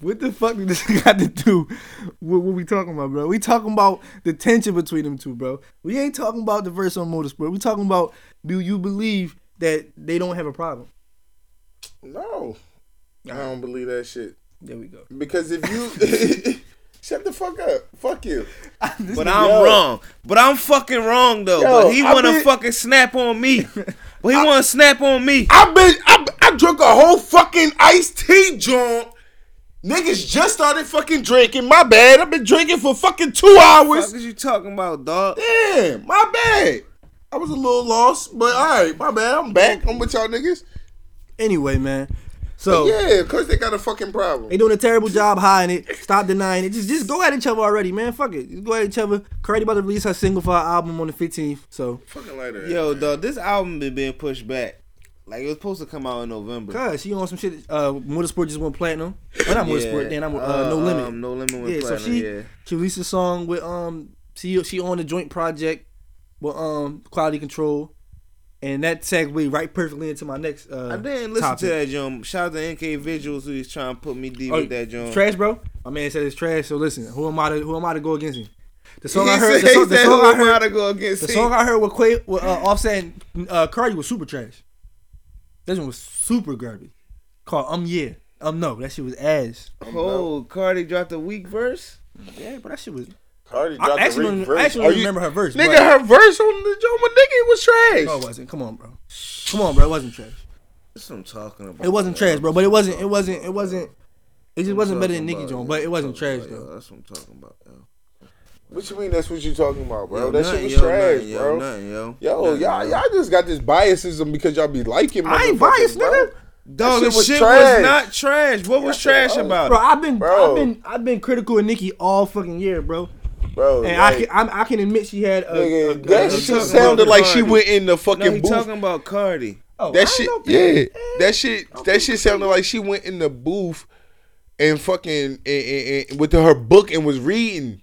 S1: What the fuck did this got to do with what we talking about, bro? We talking about the tension between them two, bro. We ain't talking about the verse on motorsport. We talking about do you believe that they don't have a problem?
S12: No, I don't believe that shit.
S1: There we go.
S12: Because if
S1: <laughs>
S12: you shut the fuck up,
S7: <laughs>
S12: fuck you.
S10: But I'm
S12: Yo.
S10: wrong. But I'm fucking wrong though.
S12: Yo,
S10: but he
S12: I
S10: wanna
S12: been-
S10: fucking snap on me.
S7: <laughs>
S10: but he wanna snap on me.
S12: I've been I, I drunk a whole fucking iced tea joint,
S10: Niggas just started fucking drinking. My bad. I've been drinking for fucking two hours.
S7: What you talking about, dog?
S10: Yeah, my bad. I was a little lost, but all right, my bad. I'm back. I'm with y'all niggas.
S1: Anyway, man. So
S10: yeah, cause they got a fucking problem.
S1: They doing a terrible job hiding it. Stop denying it. Just just go at each other already, man. Fuck it. Just go at each other. Cardi about to release her single for her album on the 15th. So
S10: fucking later.
S7: Yo, dog, this album been being pushed back. Like it was supposed to come out in November.
S1: Cause she on some shit. Uh, Motorsport just went platinum. Well, not Motorsport. Then I'm uh, No Limit.
S7: Um, no limit. Went
S1: yeah, so
S7: platinum,
S1: she
S7: yeah.
S1: she released a song with um she she on the joint project with um Quality Control, and that segued right perfectly into my next. Uh,
S7: I didn't listen
S1: topic.
S7: to that jump. Shout out to NK Visuals who is trying to put me deep
S1: Oh,
S7: with that jump.
S1: Trash, bro. My man said it's trash. So listen, who am I to who am I to go against him? The song
S7: He
S1: I heard,
S7: said-
S1: the song,
S7: he
S1: the
S7: said,
S1: song
S7: "Who
S1: I
S7: am I
S1: heard,
S7: to go against
S1: the
S7: him?"
S1: song I heard with Quay, with uh, Offset and uh, Cardi was super trash. This one was super garbage. Called Um Yeah, Um No. That shit was ass.
S7: Oh, Cardi dropped a weak verse.
S1: Yeah, but that shit was.
S12: Cardi
S1: I
S12: dropped
S1: actually
S12: a
S1: don't- I
S12: reverse.
S1: actually don't remember her verse,
S12: Nigga,
S1: but-
S12: her verse on the Joe my nigga was trash.
S1: No, it wasn't. Come on, bro. Come on, bro. It wasn't trash.
S7: That's what I'm talking about.
S1: It wasn't trash, bro. But it wasn't. It wasn't. It wasn't. It just wasn't better than
S7: talking
S1: Nicki
S7: about
S1: Jones,
S7: it.
S1: but it wasn't trash though.
S7: That's what I'm talking about. Yo.
S12: What you mean? That's what you talking about, bro?
S7: Yo,
S12: that
S7: nothing,
S12: shit was
S7: yo,
S12: trash,
S7: nothing, yo,
S12: bro.
S7: nothing, yo.
S12: Yo,
S7: Nothing,
S12: y'all,
S7: yo.
S12: y'all just got this biasism because y'all be liking.
S1: I ain't
S12: motherfuckers,
S1: biased,
S12: bro.
S1: nigga.
S7: Dog,
S12: That
S7: the shit was
S12: trash.
S7: not trash. What was trash about
S1: Bro,
S7: it?
S1: I've been,
S12: Bro.
S1: I've been, I've been critical of Nikki all fucking year, bro.
S12: bro.
S1: And I
S12: like,
S1: can, I'm, I can admit she had a, a,
S12: nigga,
S1: a-
S12: that
S1: a-
S12: shit
S7: talking
S12: sounded
S7: about
S12: like she
S7: Cardi.
S12: went in the
S7: No,
S12: fucking
S7: he
S12: booth.
S7: talking about Cardi.
S1: Oh, I
S12: that shit,
S1: know,
S12: yeah, that shit, that shit sounded like she went in the booth and fucking and, and, and, with her book and was reading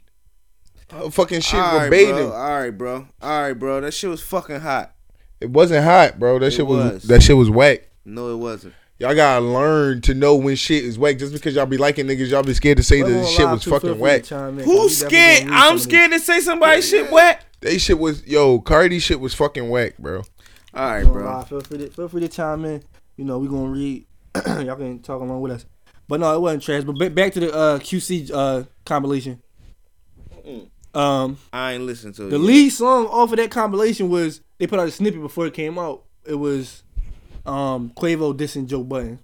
S12: her fucking shit
S7: All right,
S12: verbatim.
S7: bro. All right, bro. All right, bro. That shit was fucking hot.
S12: It wasn't hot, bro. That shit was,
S7: was.
S12: that shit was whack.
S7: No, it wasn't.
S12: Y'all gotta learn to know when shit is whack. Just because y'all be liking niggas, y'all be scared to say
S1: I
S12: that
S1: won't
S12: shit
S1: lie,
S12: was
S1: too, feel
S12: fucking
S1: free to
S12: whack.
S1: chime in, 'cause we
S7: Who's
S1: definitely
S7: scared?
S1: gonna read some
S7: I'm
S1: of these.
S7: scared to say somebody's shit wet.
S12: They shit was yo, Cardi shit was fucking whack, bro.
S7: All right,
S1: Don't lie,
S7: bro.
S1: Feel free, to, feel free to chime in. You know, we gonna read. <clears throat> Y'all can talk along with us. But no, it wasn't trash. But ba- back to the uh, QC uh, compilation. Um,
S7: I ain't listening to it.
S1: the
S7: yet.
S1: lead song off of that compilation was they put out a snippet before it came out. It was um, Quavo dissing Joe Button.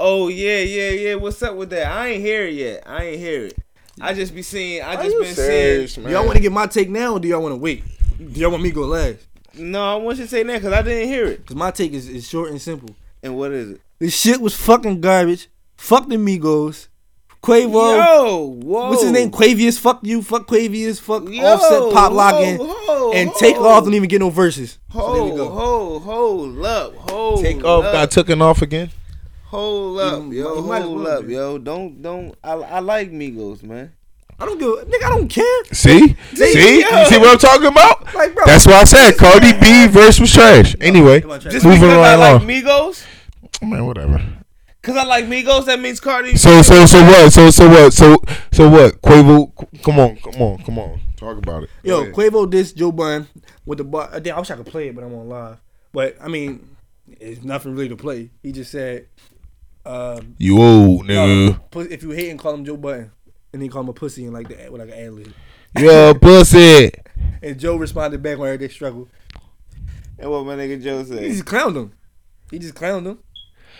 S7: Oh yeah, yeah, yeah. What's up with that? I ain't hear it yet. I ain't hear it. I just be seeing. I just
S12: you
S7: been
S12: serious,
S7: seeing.
S12: man?
S1: Y'all want to get my take now, or do y'all want to wait? Do y'all want me to go last?
S7: No, I want you to say that because I didn't hear it.
S1: Cause my take is, is short and simple.
S7: And what is it?
S1: This shit was fucking garbage. Fuck the Migos. Quavo.
S7: Yo, whoa.
S1: What's his name? Quavius. Fuck you. Fuck Quavius. Fuck
S7: Yo,
S1: Offset. Pop lock
S7: whoa,
S1: in.
S7: whoa,
S1: and
S7: whoa.
S1: take off. Don't even get no verses. So there we
S7: Hold,
S1: go.
S7: hold, hold up, hold.
S12: Take off,
S7: up.
S12: got taken off again.
S7: Hold up,
S1: You-
S7: yo.
S1: you might as
S7: hold
S1: well
S7: up,
S1: be.
S7: yo. Don't, don't. I, I like Migos, man.
S1: I don't give. a- Nigga, I don't care.
S12: See, see,
S7: yo.
S12: you see what I'm talking about?
S1: Like, bro.
S12: That's why I said Cardi B verse was trash. Anyway,
S1: Just
S12: moving
S7: because
S12: right
S7: I like
S12: along.
S7: Migos,
S12: Man, whatever.
S7: because I like Migos, that means Cardi.
S12: So, so, so what? So, so what? So, so what? Quavo, c- come on, come on, come on. Talk about it.
S1: Yo,
S12: Go ahead.
S1: Quavo dissed Joe Bun with the bar. Damn, I wish I could play it, but I'm on live. But I mean, it's nothing really to play. He just said, um,
S12: you old
S1: no,
S12: nigga.
S1: pu- if you hate and call him Joe Button, and then call him a pussy and like the with like an ad lib.
S12: Yo, pussy.
S1: And Joe responded back when they struggle.
S7: And what my nigga Joe
S1: He
S7: said.
S1: just clowned him. He just clowned him.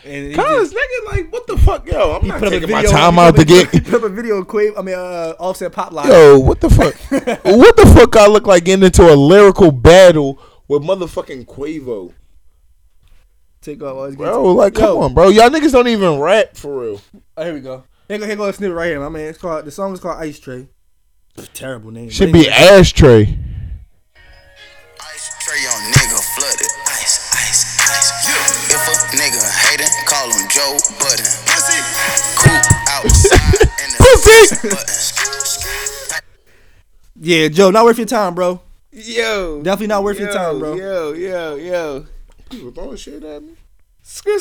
S1: And he just-
S12: Cause nigga, like, what the fuck, yo? I'm
S1: He
S12: not
S1: put up a
S12: taking
S1: video.
S12: my time
S1: he
S12: out to
S1: put up- <laughs>
S12: get.
S1: He put up a video of Quave. I mean, uh, Offset Pop Live.
S12: Yo, what the fuck?
S7: <laughs>
S12: what the fuck? I look like getting into a lyrical battle with motherfucking Quavo,
S1: Take off all his
S12: bro. Like, come
S1: Yo.
S12: on, bro. Y'all niggas don't even rap for real.
S1: Oh, here we go. Here go, here go a snippet right here, my man. It's called the song is called Ice Tray. Terrible name.
S12: Should
S1: but
S12: be ashtray.
S13: Ice tray on nigga flooded. Ice, ice, ice. Yeah. If a nigga hatin', call him Joe Budden. Pussy. Coop outside in the
S12: Pussy.
S13: button.
S1: Yeah, Joe, not worth your time, bro.
S7: Yo,
S1: Definitely not worth your
S7: yo,
S1: time, bro.
S7: Yo, yo, yo.
S12: People throwing shit at me.
S7: Skr,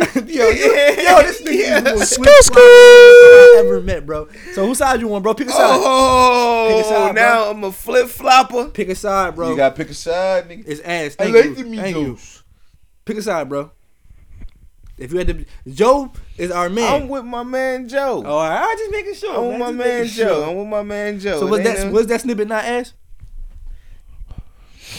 S7: skr.
S1: Yo, yo, this nigga is the most
S12: Skr,
S1: switched
S12: skr.
S1: I ever met, bro. So whose side you want, bro? Pick a side.
S7: Oh,
S1: Pick a side, bro.
S7: now I'm a flip flopper.
S1: Pick a side, bro.
S12: You gotta pick a side, nigga.
S1: it's ass.
S12: I
S1: Thank
S12: like the
S1: you.
S12: Migos.
S1: Thank you. Pick a side, bro. If you had to, Joe is our man.
S7: I'm with my man Joe.
S1: Oh, all right, just making sure.
S7: I'm
S1: man.
S7: with my
S1: Just
S7: man
S1: making
S7: Joe.
S1: sure.
S7: I'm with my man Joe.
S1: So
S7: It
S1: was
S7: ain't
S1: that
S7: a-
S1: was that snippet not ass?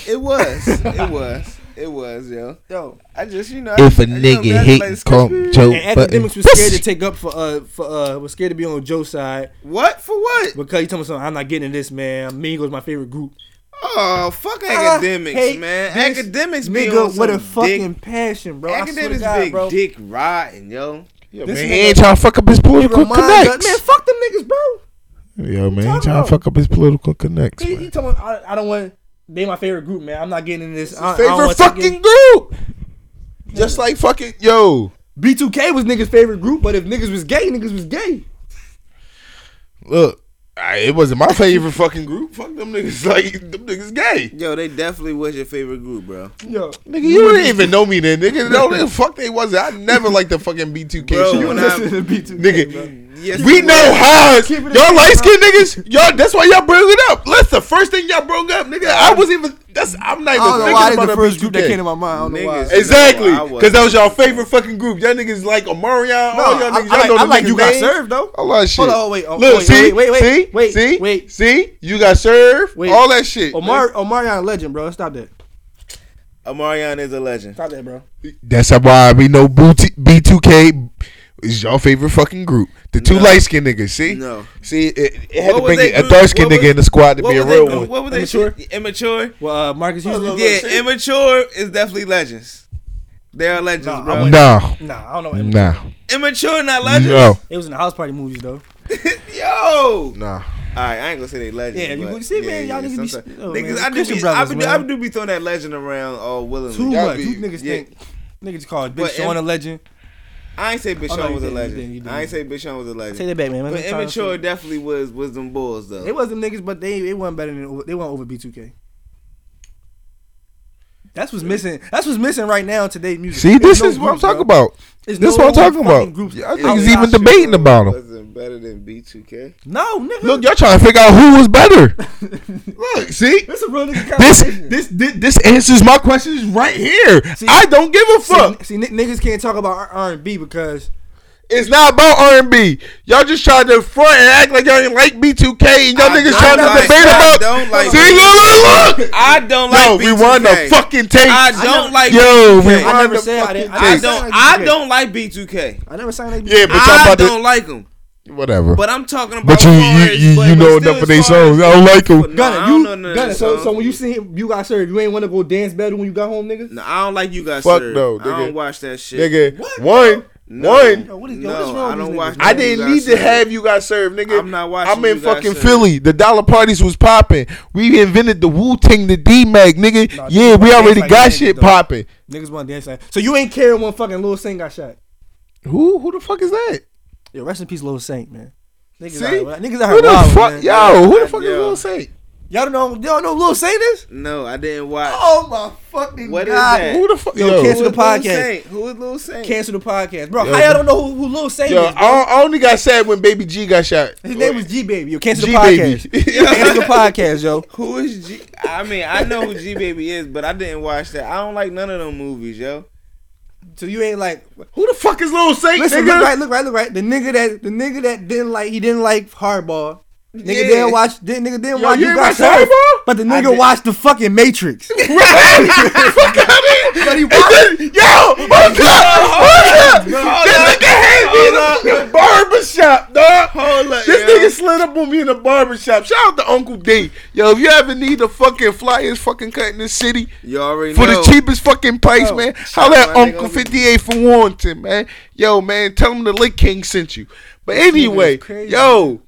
S7: It was. it was. It was, yo. Yo, I just you know.
S12: If
S7: a
S12: a nigga hates, call him
S1: And
S12: Joe Button.
S1: academics was scared to take up for uh for uh was scared to be on Joe's side.
S7: What for what?
S1: Because you told me something. I'm not getting in this, man. Mingo's my favorite group.
S7: Oh fuck academics, man. Academics be
S1: nigga
S7: on some
S1: with a fucking
S7: dick.
S1: passion, bro. I swear to
S7: Academics
S1: God,
S7: big
S1: bro.
S7: dick rotten, yo. Yo,
S1: This
S12: Man,
S1: nigga-
S12: he ain't trying to fuck up his political
S1: reminds us- Man,
S12: connects.
S1: fuck them niggas, bro.
S10: Yo, man, he
S1: talking
S10: trying
S1: about?
S10: to fuck up his political connects.
S1: He, he told me I, I don't want. They my favorite group, man. I'm not getting in this. I, I don't
S12: Favorite
S1: wanna take
S12: fucking
S1: it.
S12: group. Just like fucking yo.
S1: B2K was niggas' favorite group, but if niggas was gay, niggas was gay.
S12: Look, I, it wasn't my favorite fucking group. Fuck them niggas. <laughs> Like them niggas gay.
S7: Yo, they definitely was your favorite group, bro.
S1: Yo,
S12: Nigga, you
S1: <laughs>
S12: didn't even know me then, nigga. No, nigga, fuck they wasn't. I never liked the fucking B2K
S7: Bro,
S12: shit.
S7: when I-
S12: nigga,
S7: Yes,
S12: we
S7: you
S12: know
S7: was.
S12: how's
S7: Keep it in
S12: y'all
S7: the
S12: light skinned niggas. Y'all, that's why y'all bring it up. That's the first thing y'all brought up, nigga. I was even. That's I'm not
S1: I don't
S12: even
S1: know
S12: thinking
S1: why
S12: about
S1: that's the
S12: a
S1: first group that
S12: B2K.
S1: came to my mind. I don't know why.
S7: Niggas.
S12: Exactly,
S7: No, I wasn't.
S12: because that was y'all favorite fucking group. Y'all niggas like Omarion, all y'all
S1: I-
S12: niggas.
S1: I
S12: Y'all
S1: like-
S12: know
S1: I
S12: the
S1: like
S12: niggas
S1: You Got
S12: names.
S1: Served, though.
S12: All that shit.
S1: Hold on, wait, oh,
S12: Look,
S1: wait,
S12: see,
S1: wait, wait, wait,
S12: see,
S1: wait,
S12: see,
S1: wait.
S12: see, you got served.
S1: Wait.
S12: all that shit.
S1: Omar, Omarion legend, bro. Stop that.
S7: Omarion is a legend.
S1: Stop that, bro.
S12: That's why we know B two K is y'all favorite fucking group. The two
S7: No.
S12: light skinned niggas. See,
S7: No.
S12: see, it, it had
S7: What
S12: to
S7: was
S12: bring
S7: they
S12: a
S7: group-
S12: dark skinned
S7: what
S12: nigga
S7: was-
S12: in the squad to
S7: what
S12: be a
S7: was they
S12: real
S7: group-
S12: one.
S7: What was they?
S1: Immature?
S7: shit? Immature.
S1: Well, uh, Marcus
S7: Oh,
S1: Houston.
S7: Yeah, immature is definitely legends. They are legends, bro.
S12: No,
S1: Nah, I don't know. what immature-
S12: no,
S7: Immature, not legends.
S12: no,
S1: It was in the house party movies, though.
S7: Yo.
S12: no.
S7: All right, I ain't gonna say they legends.
S1: Yeah, you
S7: but-
S1: see, man, y'all niggas be-
S7: sometimes-
S1: oh,
S7: niggas,
S1: man,
S7: I do,
S1: Christian
S7: be,
S1: brothers,
S7: I, be,
S1: man.
S7: I do be throwing that legend around all willingly.
S1: Too
S12: Y'all
S1: much.
S12: be-
S1: You niggas think niggas call Big
S7: But
S1: Sean
S7: im-
S1: a legend.
S7: I ain't say Big
S1: Oh, no,
S7: Sean
S1: you
S7: was a
S1: didn't, you
S7: legend.
S1: didn't, you didn't.
S7: I ain't say Big Sean was a legend.
S1: Take that back, man.
S7: But
S1: That's what I'm
S7: immature
S1: trying
S7: definitely was was them bulls though.
S1: It wasn't niggas, but they it wasn't better than they weren't over B2K. That's what's missing. That's what's missing right now in today's music.
S12: See,
S1: There's
S12: this
S1: no
S12: is what I'm
S1: groups,
S12: talking
S1: bro.
S12: about.
S1: There's
S12: This is
S1: no
S12: what I'm talking
S1: fucking
S12: about.
S1: groups.
S12: Y'all
S1: Outside
S12: niggas even
S1: shit.
S12: debating
S7: <laughs>
S12: about them.
S7: Wasn't better than B2K.
S1: No, nigga.
S12: Look, y'all trying to figure out who
S7: <laughs>
S12: was better. Look, see,
S1: This a real nigga
S12: this
S1: conversation.
S12: this this, this answers my questions right here. I don't give a fuck.
S1: See, see, ni- niggas can't talk about R- R&B because
S12: It's not about R and B. Y'all just trying to front and act like y'all ain't like B two K, and y'all
S7: I
S12: niggas
S7: don't
S12: trying to
S7: like-
S12: debate
S7: I
S12: about.
S7: don't like
S12: See,
S7: B2K.
S12: look, look, look.
S7: I don't like
S12: Yo,
S7: B2K.
S12: rewind the fucking tape.
S7: I don't like
S12: Yo,
S7: B2K.
S12: rewind
S1: I never
S12: the
S1: said I
S12: fucking
S1: didn't-
S7: I
S1: I
S12: tape.
S7: don't
S1: I
S7: I
S1: like
S7: don't like B2K.
S1: I never signed like
S12: Yeah, but y'all
S7: I
S12: about
S7: don't
S12: to
S7: like them.
S12: whatever.
S7: But I'm talking about
S12: But you you
S7: bars,
S12: you,
S7: but-
S12: you
S7: but
S12: know
S7: still
S12: enough
S7: as
S12: of they
S7: far as-
S12: songs. I don't
S7: But
S12: like them.
S7: no, I
S1: Gunna,
S7: don't
S1: you
S7: know none of
S1: Gunna.
S7: them
S1: So,
S7: songs.
S1: so when you
S7: <laughs>
S1: see him, you got served. You ain't want to go dance battle when you got home, nigga.
S7: No, I don't like you guys.
S12: Fuck
S7: sir.
S12: no,
S7: I
S12: nigga.
S7: don't watch that shit.
S12: Nigga,
S1: What?
S12: one
S7: No.
S12: one.
S1: Yo, what is, yo, what is
S7: No,
S1: wrong
S7: I
S1: with
S7: don't
S1: these
S7: watch.
S1: niggas?
S12: I didn't
S7: You Got
S12: need to
S7: Served.
S12: have you got served, nigga.
S7: I'm not watching
S12: I'm in
S7: You Got
S12: fucking
S7: Served.
S12: Philly. The dollar parties was popping. We invented the Wu Tang, the D Mag, nigga.
S1: Nah,
S12: yeah, we
S1: it's
S12: already
S1: like
S12: got
S1: you did,
S12: shit
S1: though.
S12: popping.
S1: Niggas want to dance like. So you ain't caring when fucking Lil Saint got shot.
S12: Who who the fuck is that?
S1: Yo, rest in peace, Lil Saint, man. Niggas
S12: See?
S1: out here, niggas out
S12: Who
S1: here
S12: the
S1: wild,
S12: fuck,
S1: man.
S12: yo? Who the
S7: I-
S12: fuck is
S7: yo.
S12: Lil Saint?
S1: Y'all don't know. Y'all know who Lil Saint is.
S7: No, I didn't watch.
S1: Oh my fucking
S7: What is
S1: god!
S7: that?
S12: Who the fuck?
S1: Yo,
S12: Yo,
S1: cancel
S12: yo,
S1: the podcast.
S7: Who is Lil Saint?
S1: Cancel the podcast, bro. How y'all don't know who, who Lil Saint is?
S12: I, I only got sad when Baby G got shot.
S1: His name was G Baby. Yo, cancel the
S12: G Baby.
S1: podcast. cancel the podcast, yo.
S7: Who is G? I mean, I know who G Baby is, but I didn't watch that. I don't like none of them movies, yo.
S1: So you ain't like
S12: Who the fuck is Lil Saint,
S1: listen.
S12: nigga?
S1: Look right, look right, look right. The nigga that the nigga that didn't like he didn't like Hardball. Nigga
S7: Yeah.
S1: didn't watch. Didn't, nigga didn't
S12: Yo,
S1: watch.
S12: you
S1: You,
S12: ain't
S1: got
S12: watch
S1: served.
S12: Hardball?
S1: But the
S7: I
S1: nigga
S7: did.
S1: watched the fucking Matrix.
S12: fuck out of here.
S1: But he
S12: And then- Yo, hold up, hold up. This nigga had me in a fucking barbershop, dog.
S7: Hold up,
S12: This
S7: yo.
S12: nigga slid up on me in a barbershop. Shout out to Uncle D. Yo, if you ever need a fucking flyest fucking cut in the city
S7: You already
S12: for
S7: know.
S12: the cheapest fucking price,
S7: Yo,
S12: man,
S7: shout
S12: how that
S7: out my nigga
S12: Uncle
S7: Uncle D.
S12: 58 for Warrington, man. Yo, man, tell him the Lick King sent you. But anyway,
S1: crazy.
S12: yo,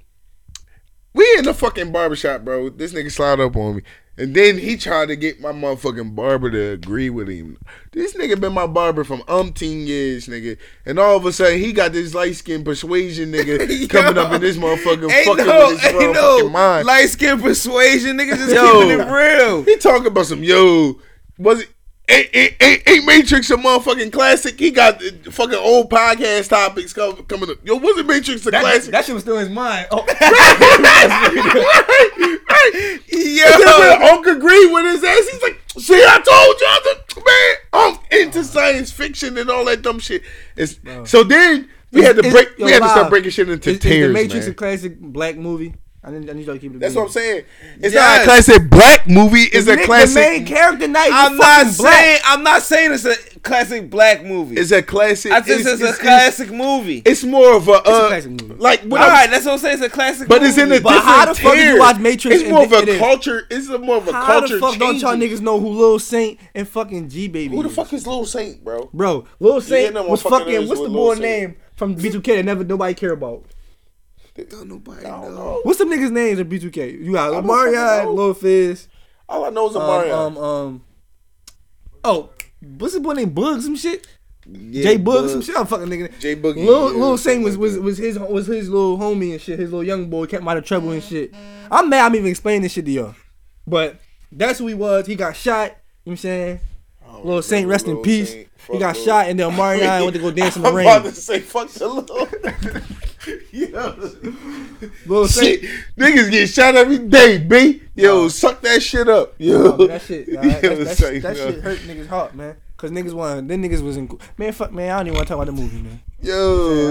S12: we in the fucking barbershop, bro. This nigga slid up on me. And then he tried to get my motherfucking barber to agree with him. This nigga been my barber from umpteen years, nigga. And all of a sudden, he got this light skinned persuasion
S7: <laughs>
S12: nigga coming up in this motherfucking
S7: Ain't
S12: fucking
S7: no,
S12: with his
S7: ain't
S12: motherfucking
S7: no
S12: mind.
S7: light skin persuasion, nigga. Just
S12: Yo.
S7: keeping it real.
S12: He talking about some yo. Was it ain't, ain't, ain't, ain't Matrix a motherfucking classic? He got the fucking old podcast topics co- coming up. Yo, was it Matrix a classic?
S1: shit was still in his mind. Oh,
S12: right, right. And then
S7: Yo,
S12: when Uncle Green with his ass, he's like, "See, I told you, I was, man. I'm into science fiction and all that dumb shit." It's, so then we
S1: It's-
S12: had to
S1: it's-
S12: break.
S1: yo,
S12: we had to
S1: live.
S12: start breaking shit into
S1: is, is
S12: tears,
S1: the Matrix
S12: man.
S1: a classic black movie? I need, I need y'all to keep it.
S12: That's
S1: being.
S12: what I'm saying. It's
S1: Yes.
S12: not a classic black movie. It's
S1: The
S12: a
S1: nigga
S12: classic.
S1: main character not even
S7: I'm not
S1: fucking black.
S7: saying I'm not saying it's a classic black movie.
S12: It's a classic.
S7: I think it's, a classic movie.
S12: It's more of a. Uh,
S7: classic
S12: movie. Like
S7: all right, that's what I'm saying. It's a classic.
S12: But it's in a
S7: movie.
S12: different tier. It's
S1: and
S12: more of
S1: thi- it
S12: a
S1: is?
S12: culture. It's a more of a
S1: How
S12: culture.
S1: the fuck don't y'all
S12: changing-
S1: niggas know who Lil Saint and fucking G Baby?
S12: Who the fuck is Lil Saint, bro?
S1: Bro, Lil Saint
S12: know my
S1: was
S12: fucking
S1: fucking.
S12: name is
S1: What's the
S12: Lil
S1: boy
S12: Saint.
S1: name from B2K that never nobody care about? What's some niggas' names in B2K? You got
S12: don't fucking
S1: Omarion,
S12: know.
S1: Lil Fizz.
S12: All I know is Omarion.
S1: Um, um, um, oh, what's this boy named Bug? Some shit. J Bug, some
S12: Bug.
S1: shit. I'm fucking nigga.
S12: J Boogie,
S1: Lil,
S12: yeah,
S1: Lil Saint was, was was his was his little homie and shit. His little young boy kept him out of trouble and shit. I'm mad. I'm even explaining this shit to y'all, but that's who he was. He got shot. You know what I'm saying? Lil Saint, rest in
S12: Oh, Lil
S1: peace. he
S12: Saint. Fuck
S1: got
S12: Lil-
S1: shot, and then Omarion went to go
S12: <laughs>
S1: dance in the
S12: I'm
S1: rain.
S12: about to say fuck the Lil.
S1: <laughs>
S12: <laughs>
S1: Lil
S12: Shit, niggas get shot every day, b. Yo, suck that shit up.
S1: Yo,
S12: Yo,
S1: man, that
S12: <laughs>
S1: shit, nah, that,
S12: Yo,
S1: that, that,
S12: say,
S1: shit- that
S12: yo.
S1: shit hurt niggas' heart, man. Cause niggas want, then niggas was in. Man, fuck, man, I don't even want to talk about the movie, man.
S12: Yo,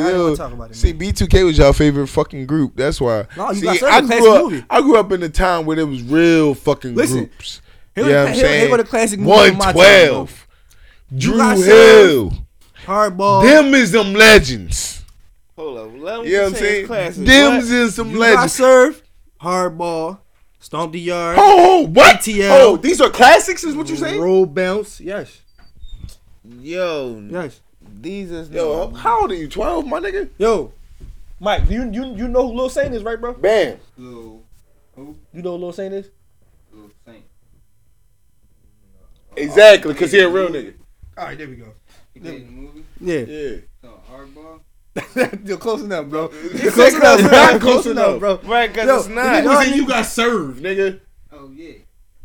S1: I don't
S12: yo.
S1: wanna talk about it,
S12: See, B2K was y'all favorite fucking group. That's why.
S1: No, you
S12: See,
S1: got certain
S12: I grew
S1: classic
S12: up.
S1: movie.
S12: I grew up in a time where there was real fucking
S1: Listen,
S12: groups.
S1: here
S12: you
S1: was-
S12: know what I'm
S1: here- here
S12: saying?
S1: were the classic movies of my time,
S12: 112.
S1: You got
S12: Drew
S1: Serve,
S12: Hill.
S1: Hardball.
S12: Them is them legends.
S7: Hold up, let me
S12: You know what I'm
S7: say
S12: saying?
S7: it's classic.
S12: Dems is some
S1: You got
S12: legends.
S1: serve, hardball, stomp the yard.
S12: Oh, what?
S1: ATL.
S12: Oh, these are classics, is what you saying?
S1: Roll bounce, yes,
S7: Yo,
S1: yes.
S7: these is
S12: Yo, how old are you? 12, my nigga?
S1: Yo, Mike, you you you know who Lil Saint is, right, bro?
S12: Bam.
S9: Lil
S1: You know who Lil Saint is?
S9: Lil Saint.
S12: Exactly, because he a real nigga.
S1: All right, there we <laughs> go.
S9: He played in the movie.
S1: Yeah,
S12: Yeah.
S9: So hardball.
S1: you're close enough, bro. You're
S12: said
S1: close enough,
S12: close
S1: bro.
S12: enough.
S1: Close enough, bro.
S7: Right, 'cause
S1: Yo,
S7: it's
S1: the
S7: not.
S1: niggas
S12: Nigga,
S1: in-
S12: you got served, nigga.
S9: Oh yeah.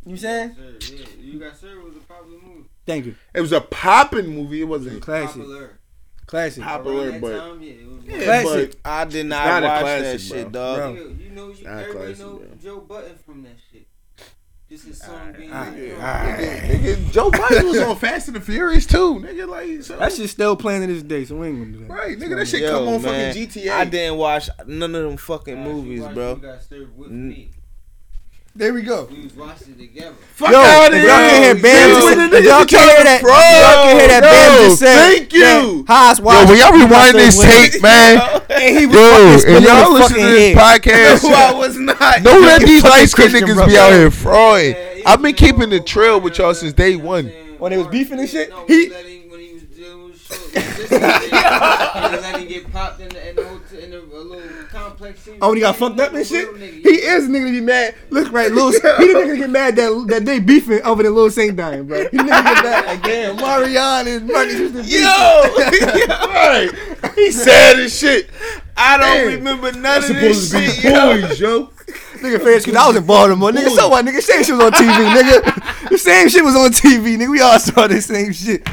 S1: You saying?
S9: Sir, yeah. You got served was a popular movie.
S1: Thank you.
S12: It was a popping movie. It wasn't
S1: Classic,
S9: Popular.
S1: classic.
S12: popular,
S9: Around that
S12: but
S9: time, yeah, it was
S12: Yeah,
S1: Classic.
S12: but
S7: I did not,
S12: not a
S7: watch that
S12: classic,
S7: shit,
S12: bro.
S7: dog.
S1: Bro.
S9: Yo, you know, you,
S12: Nah,
S9: everybody
S12: classic,
S9: know
S12: bro.
S9: Joe Button from that shit. Just his song being.
S1: <laughs>
S12: nigga, Joe Biden was on Fast and the Furious too, nigga. Like so,
S1: That shit's still playing to this day, so we ain't gonna do that.
S12: right, nigga. That shit
S7: Yo,
S12: come on
S7: man,
S12: fucking GTA.
S7: I didn't watch none of them fucking
S9: Nah, she
S7: movies,
S9: watched
S7: bro.
S9: You got served with
S7: Mm.
S9: me.
S1: There we go.
S9: We was watching it together.
S12: Fuck
S1: Yo,
S12: outta
S1: if y'all can hear
S12: Yo,
S1: Bam
S12: yo,
S1: just
S12: when the
S1: if
S12: niggas
S1: y'all
S12: be
S1: can hear
S12: talking
S1: that,
S12: fraud,
S1: if y'all can hear that Bam
S12: yo,
S1: just said,
S12: Thank you.
S1: that Haas
S10: Yo,
S1: watched
S10: when y'all rewind
S1: Watch
S10: this
S1: it with-
S10: tape, man.
S1: and he was
S10: Yo,
S1: fucking
S10: and
S1: spinning
S10: y'all
S1: his
S10: listen to
S1: fucking
S10: this
S1: head.
S7: <laughs>
S12: <laughs>
S10: podcast.
S7: No, I was not.
S10: No, that these
S1: fucking
S10: light skinned
S1: Christian
S10: niggas
S1: bro.
S10: be out here fraud.
S9: he
S10: I've been
S9: was doing
S10: keeping the
S9: all
S10: trail
S9: kind
S10: with
S9: of
S10: y'all
S9: stuff,
S10: since day
S9: you know what I'm
S10: one.
S9: saying?
S1: When they was
S9: Or-
S1: beefing and shit,
S9: no,
S1: he-
S9: we let him- when he was dealing with short- he
S10: <laughs>
S9: was just- he let him get popped in the, in the hotel, in the a little complex.
S1: Oh, when he got fucked up and shit, he is a nigga to be mad. Look right, Lil, he the nigga to get mad that that they beefing over the Lil Saint dying, bro. He the nigga get mad like damn, Marion and Marcus used to <laughs> beef.
S7: <laughs>
S12: right. He sad as shit.
S7: I don't
S12: Damn.
S7: remember none of this
S12: Supposed to be
S7: shit.
S12: the boys, yo.
S1: Nigga, fair excuse. I was in Baltimore, nigga. So what, nigga? Same shit was on TV, nigga. The same shit was on TV, nigga. We all saw the same shit.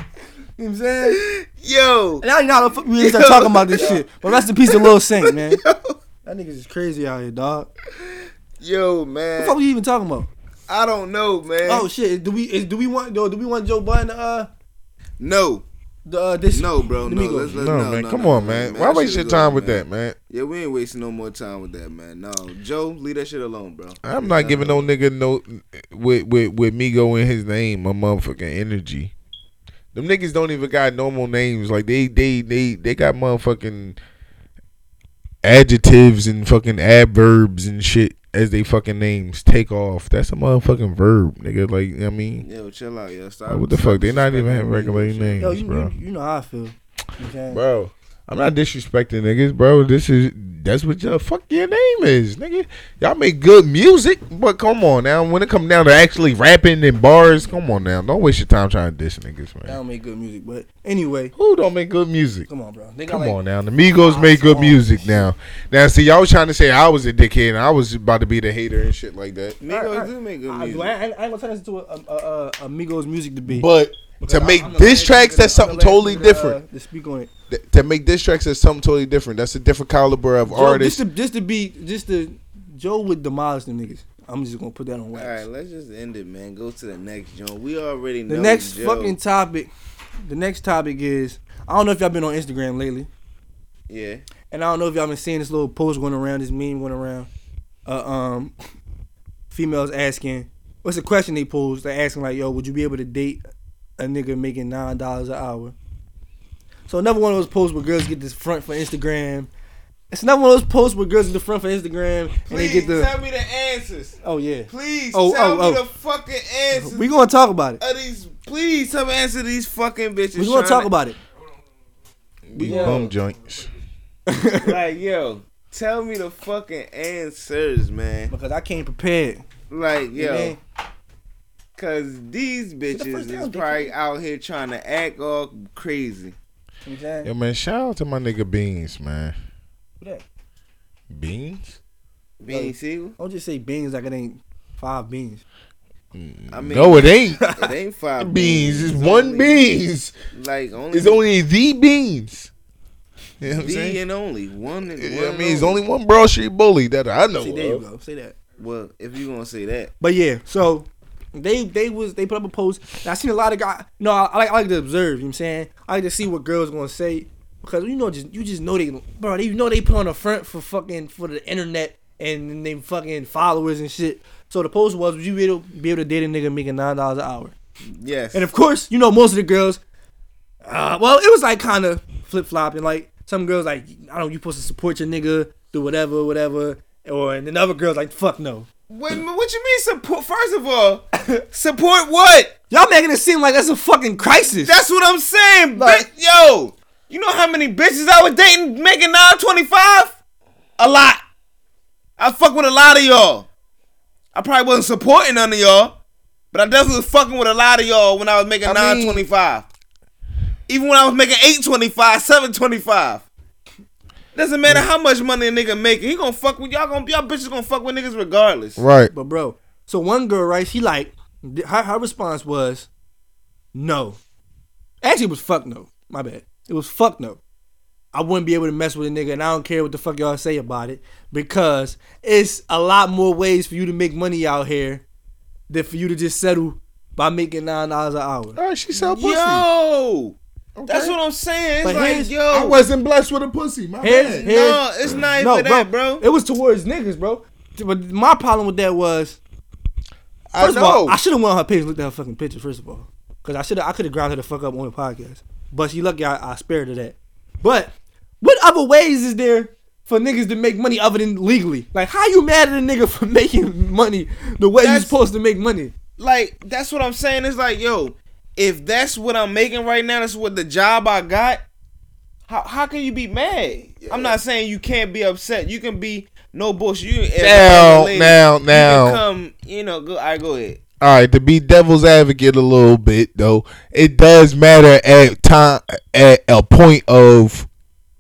S1: You know what I'm saying?
S7: Yo,
S1: And I don't know how the fuck we even start talking about this shit. But rest in peace to Lil Saint,
S12: <laughs>
S1: man. That nigga's just crazy out here, dog.
S7: yo,
S1: What the fuck
S7: man.
S1: we even talking about?
S7: I don't know, man.
S1: Oh shit! Do we is, do we want do, do we want Joe Biden? Uh,
S7: no,
S1: the, uh this
S7: no, bro, no.
S1: Domingo.
S7: Let's, let's,
S10: No,
S7: no,
S10: man.
S7: no,
S10: Come
S7: no,
S10: on,
S7: no,
S10: man.
S7: no,
S10: Why
S7: that
S10: waste
S7: shit
S10: your
S7: is
S10: time
S7: over,
S10: with
S7: man.
S10: that, man?
S7: Yeah, we ain't wasting no more time with that, man. No, Joe, leave that shit alone, bro.
S10: I'm not giving no nigga no with with with me going his name my motherfucking energy. Them niggas don't even got normal names. Like they they they they got motherfucking adjectives and fucking adverbs and shit as they fucking names. Take off. That's a motherfucking verb, nigga. Like I mean,
S7: Yo, chill out, yo. Stop.
S10: like, what the
S7: stop
S10: fuck? They not even
S7: disrespecting
S10: have
S7: me
S10: regular
S7: and shit.
S10: names,
S1: Yo, you,
S10: bro.
S1: you, you know how I feel. Okay?
S10: Bro, I'm not disrespecting niggas, bro. This is that's what your fuck your name is, nigga. Y'all make good music, but come on now. When it come down to actually rapping in bars, come on now. Don't waste your time trying to diss niggas,
S1: I
S10: man.
S1: don't make good music, but anyway,
S10: Who don't make good music?
S1: come on, bro. They got
S10: Come
S1: like,
S10: on now. The Migos make good music now. Now see, y'all was trying to say I was a dickhead and I was about to be the hater and shit like that.
S7: Migos
S1: Alright,
S7: do make good
S1: I,
S7: music.
S1: do, I, I, I ain't gonna turn this into a, a, a, a Migos music debate.
S10: But to make diss tracks, that's something totally different.
S1: uh, To speak on it,
S10: Th- To make diss tracks, that's something totally different. That's a different caliber of
S1: Joe, just
S10: artist.
S1: to just to be just to Joe would demolish them niggas. I'm just gonna put that on
S7: All
S1: wax.
S7: right, let's just end it, man. Go to the next, Joe. We already know
S1: The next
S7: Joe.
S1: fucking topic. The next topic is I don't know if y'all been on Instagram lately,
S7: yeah.
S1: and I don't know if y'all been seeing this little post going around, this meme going around uh, um, females asking, what's the question they posed? They're asking like, yo, would you be able to date a nigga making nine dollars an hour? So another one of those posts where girls get this front for Instagram. It's another one of those posts where girls get the front for Instagram and they
S7: Please
S1: get the.
S7: tell me the answers.
S1: Oh yeah.
S7: Please
S1: Oh,
S7: tell
S1: oh,
S7: me
S1: oh.
S7: the fucking answers.
S1: We gonna talk about it.
S7: Of these, please tell me answer these fucking bitches.
S1: We gonna
S7: tryna-
S1: talk about it.
S10: These
S7: Yeah.
S10: bum joints.
S7: <laughs> like yo, tell me the fucking answers, man.
S1: Because I can't prepare.
S7: Like
S1: You
S7: yo,
S1: mean?
S7: cause these bitches is probably out here trying to act all crazy.
S10: Yo man, shout out to my nigga Beans, man.
S1: that?
S10: Beans?
S7: Bean Siegel?
S1: Don't just say beans like it ain't five beans.
S7: I mean,
S10: no,
S1: <laughs>
S10: it ain't.
S7: It ain't five
S10: beans. It's one beans.
S7: Like only
S10: it's only the beans. You know what I'm saying?
S1: eh?
S7: the and only one.
S10: You know
S7: one
S10: what I
S7: and
S10: mean, it's
S7: only.
S10: only one Broad Street bully that I know.
S1: See, there you
S10: of.
S1: go. Say that.
S7: Well, if you gonna say that,
S1: But yeah, so they they was they put up a post. And I seen a lot of guys. No, I, I like I like to observe. You know what I'm saying I like to see what girls gonna say because you know just you just know they bro they you know they put on the front for fucking for the internet and then they fucking followers and shit. So the post was would you be able, be able to date a nigga making nine dollars an hour?
S7: yes.
S1: And of course, you know most of the girls. Uh, well, it was like kind of flip flopping. Like some girls, like I don't, know, you supposed to support your nigga, do whatever, whatever. Or and then other girls like fuck no.
S7: What, what you mean support? First of all, support what?
S1: Y'all making it seem like that's a fucking crisis.
S7: That's what I'm saying,
S1: Like-
S7: bi- yo. You know how many bitches I was dating making nine twenty five? A lot. I fuck with a lot of y'all. I probably wasn't supporting none of y'all, but I definitely was fucking with a lot of y'all when I was making nine twenty five. Even when I was making eight twenty five, seven twenty five. Doesn't
S1: Mm.
S7: matter how much money a nigga making, he gonna fuck with y'all. Gonna y'all bitches gonna fuck with niggas regardless.
S10: Right.
S1: But bro, so one girl, right? She like th- her, her response was no. Actually, it was fuck no. My bad. It was fuck no. I wouldn't be able to mess with a nigga, and I don't care what the fuck y'all say about it because it's a lot more ways for you to make money out here than for you to just settle by making nine dollars an hour.
S10: All right, she sell pussy.
S7: Yo, that's what I'm saying. It's
S1: But
S7: like,
S1: here's-
S7: yo,
S10: I wasn't blessed with a pussy. My
S1: Here's,
S10: bad.
S1: here's-
S7: No, it's not even that, bro.
S1: It was towards niggas, bro. But my problem with that was,
S10: I
S1: first of all,
S10: know.
S1: I should have went on her page and looked at her fucking picture. First of all, because I should have, I could have ground her the fuck up on the podcast. But she lucky I, I spared her that. But what other ways is there for niggas to make money other than legally? Like, how you mad at a nigga for <laughs> making money the way you supposed to make money?
S7: like that's what I'm saying. It's like, yo, if that's what I'm making right now, that's what the job I got. How how can you be mad? I'm not saying you can't be upset. You can be no bullshit. You can-
S10: Now,
S7: you
S10: now,
S7: can
S10: now.
S7: come, you know, go. I go ahead.
S10: All right, to be devil's advocate a little bit though, it does matter at time at a point of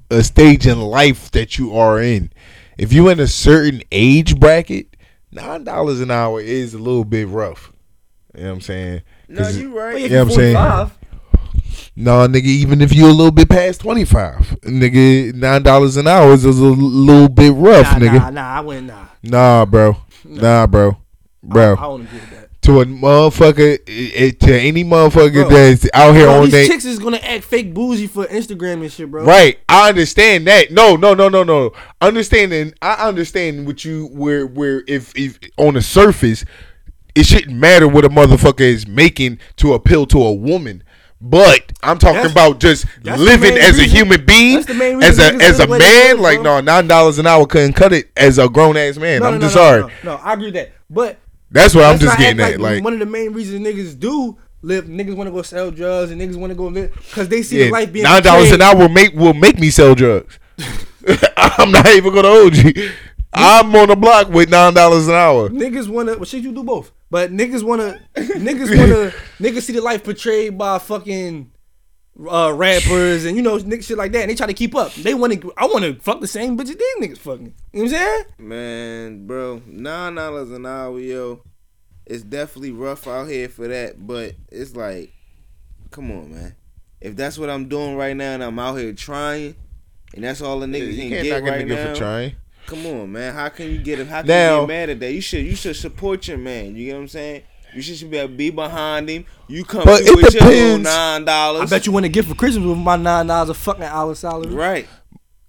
S10: a stage in life that you are in. If you in a certain age bracket, nine dollars an hour is a little bit rough. You know what I'm saying?
S7: No, you right.
S10: You know what I'm saying? No, nigga, even if you're a little bit past twenty five, nigga, nine dollars an hour is a l- little bit rough,
S1: nah,
S10: nigga.
S1: nah, nah, I went nah.
S10: Nah, bro. Nah, bro. Bro.
S1: I don't agree with that.
S10: to a motherfucker, i- i- to any
S1: Bro.
S10: motherfucker that's out here
S1: Bro,
S10: on
S1: these
S10: that.
S1: chicks is gonna act fake bougie for Instagram and shit, bro.
S10: Right, I understand that. No, no, no, no, no. Understanding, I understand what you where where if if on the surface, it shouldn't matter what a motherfucker is making to appeal to a woman. But I'm talking
S12: That's-
S10: about just
S12: that's the
S10: living
S12: main
S10: as a
S12: reason-
S10: human being,
S12: that's the main
S10: as a as
S12: reason niggas
S10: a
S12: is the way they
S10: man.
S12: is,
S10: Like no, nine dollars an hour couldn't cut it as a grown ass man. I'm just sorry.
S1: No, I agree with that. But
S10: That's what I'm
S1: let's
S10: just
S1: not
S10: getting
S1: act
S10: at, like-
S1: one of the main reasons niggas do live, niggas want to go sell drugs and niggas want to go live because they see the life being
S10: nine dollars an
S1: portrayed.
S10: hour will make will make me
S7: <laughs>
S10: sell drugs. I'm not even gonna hold you. I'm on the block with nine dollars an hour.
S1: Niggas wanna well shit you do both. But niggas wanna niggas
S10: <laughs>
S1: wanna niggas see the life portrayed by fucking uh, rappers and you know niggas shit like that and they try to keep up. They wanna I wanna fuck the same bitches these niggas fucking. You know what I'm saying?
S7: Man, bro, nine dollars an hour, yo. It's definitely rough out here for that, but it's like, come on, man. If that's what I'm doing right now, and I'm out here trying, and that's all the niggas
S10: you
S7: can
S10: can't
S7: get
S10: knock a
S7: right
S10: nigga
S7: now.
S10: for trying.
S7: Come on, man. How can you get? How can
S10: Now-
S7: you get mad at that? You should. You should support your man. You get what I'm saying? You should, should be, be behind him. You come
S1: But
S7: through
S1: it
S7: with your little
S1: depends.
S7: nine
S1: I
S7: dollars,
S1: bet you want to get for Christmas with my nine dollars a fucking hour salary.
S7: right?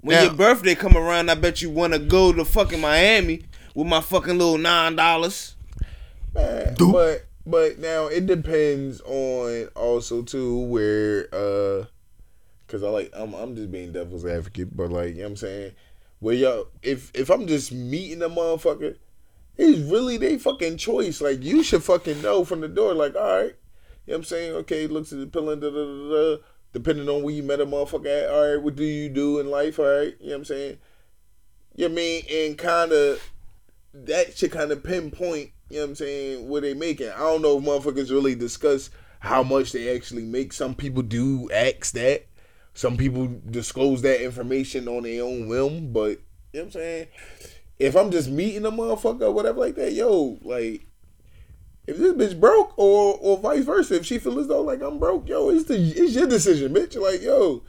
S7: When your birthday come around, I bet you want to go to fucking Miami with my fucking little nine dollars.
S12: Man, but but now it depends on also too where uh cuz I like I'm I'm just being devil's advocate, but like you know what I'm saying, well yo if if I'm just meeting a motherfucker, it's really they fucking choice. Like you should fucking know from the door like, all right. You know what I'm saying? Okay, looks at the pillow da da da da depending on where you met a motherfucker at, all right, what do you do in life, all right? You know what I'm saying? You know what I mean and kind of that should kind of pinpoint, you know what I'm saying, what they making. I don't know if motherfuckers really discuss how much they actually make. Some people do ask that. Some people disclose that information on their own whim, but you know what I'm saying? If I'm just meeting a motherfucker or whatever like that, yo, like if this bitch broke or or vice versa, if she feels as though like I'm broke, yo, it's the it's your decision, bitch. Like, yo,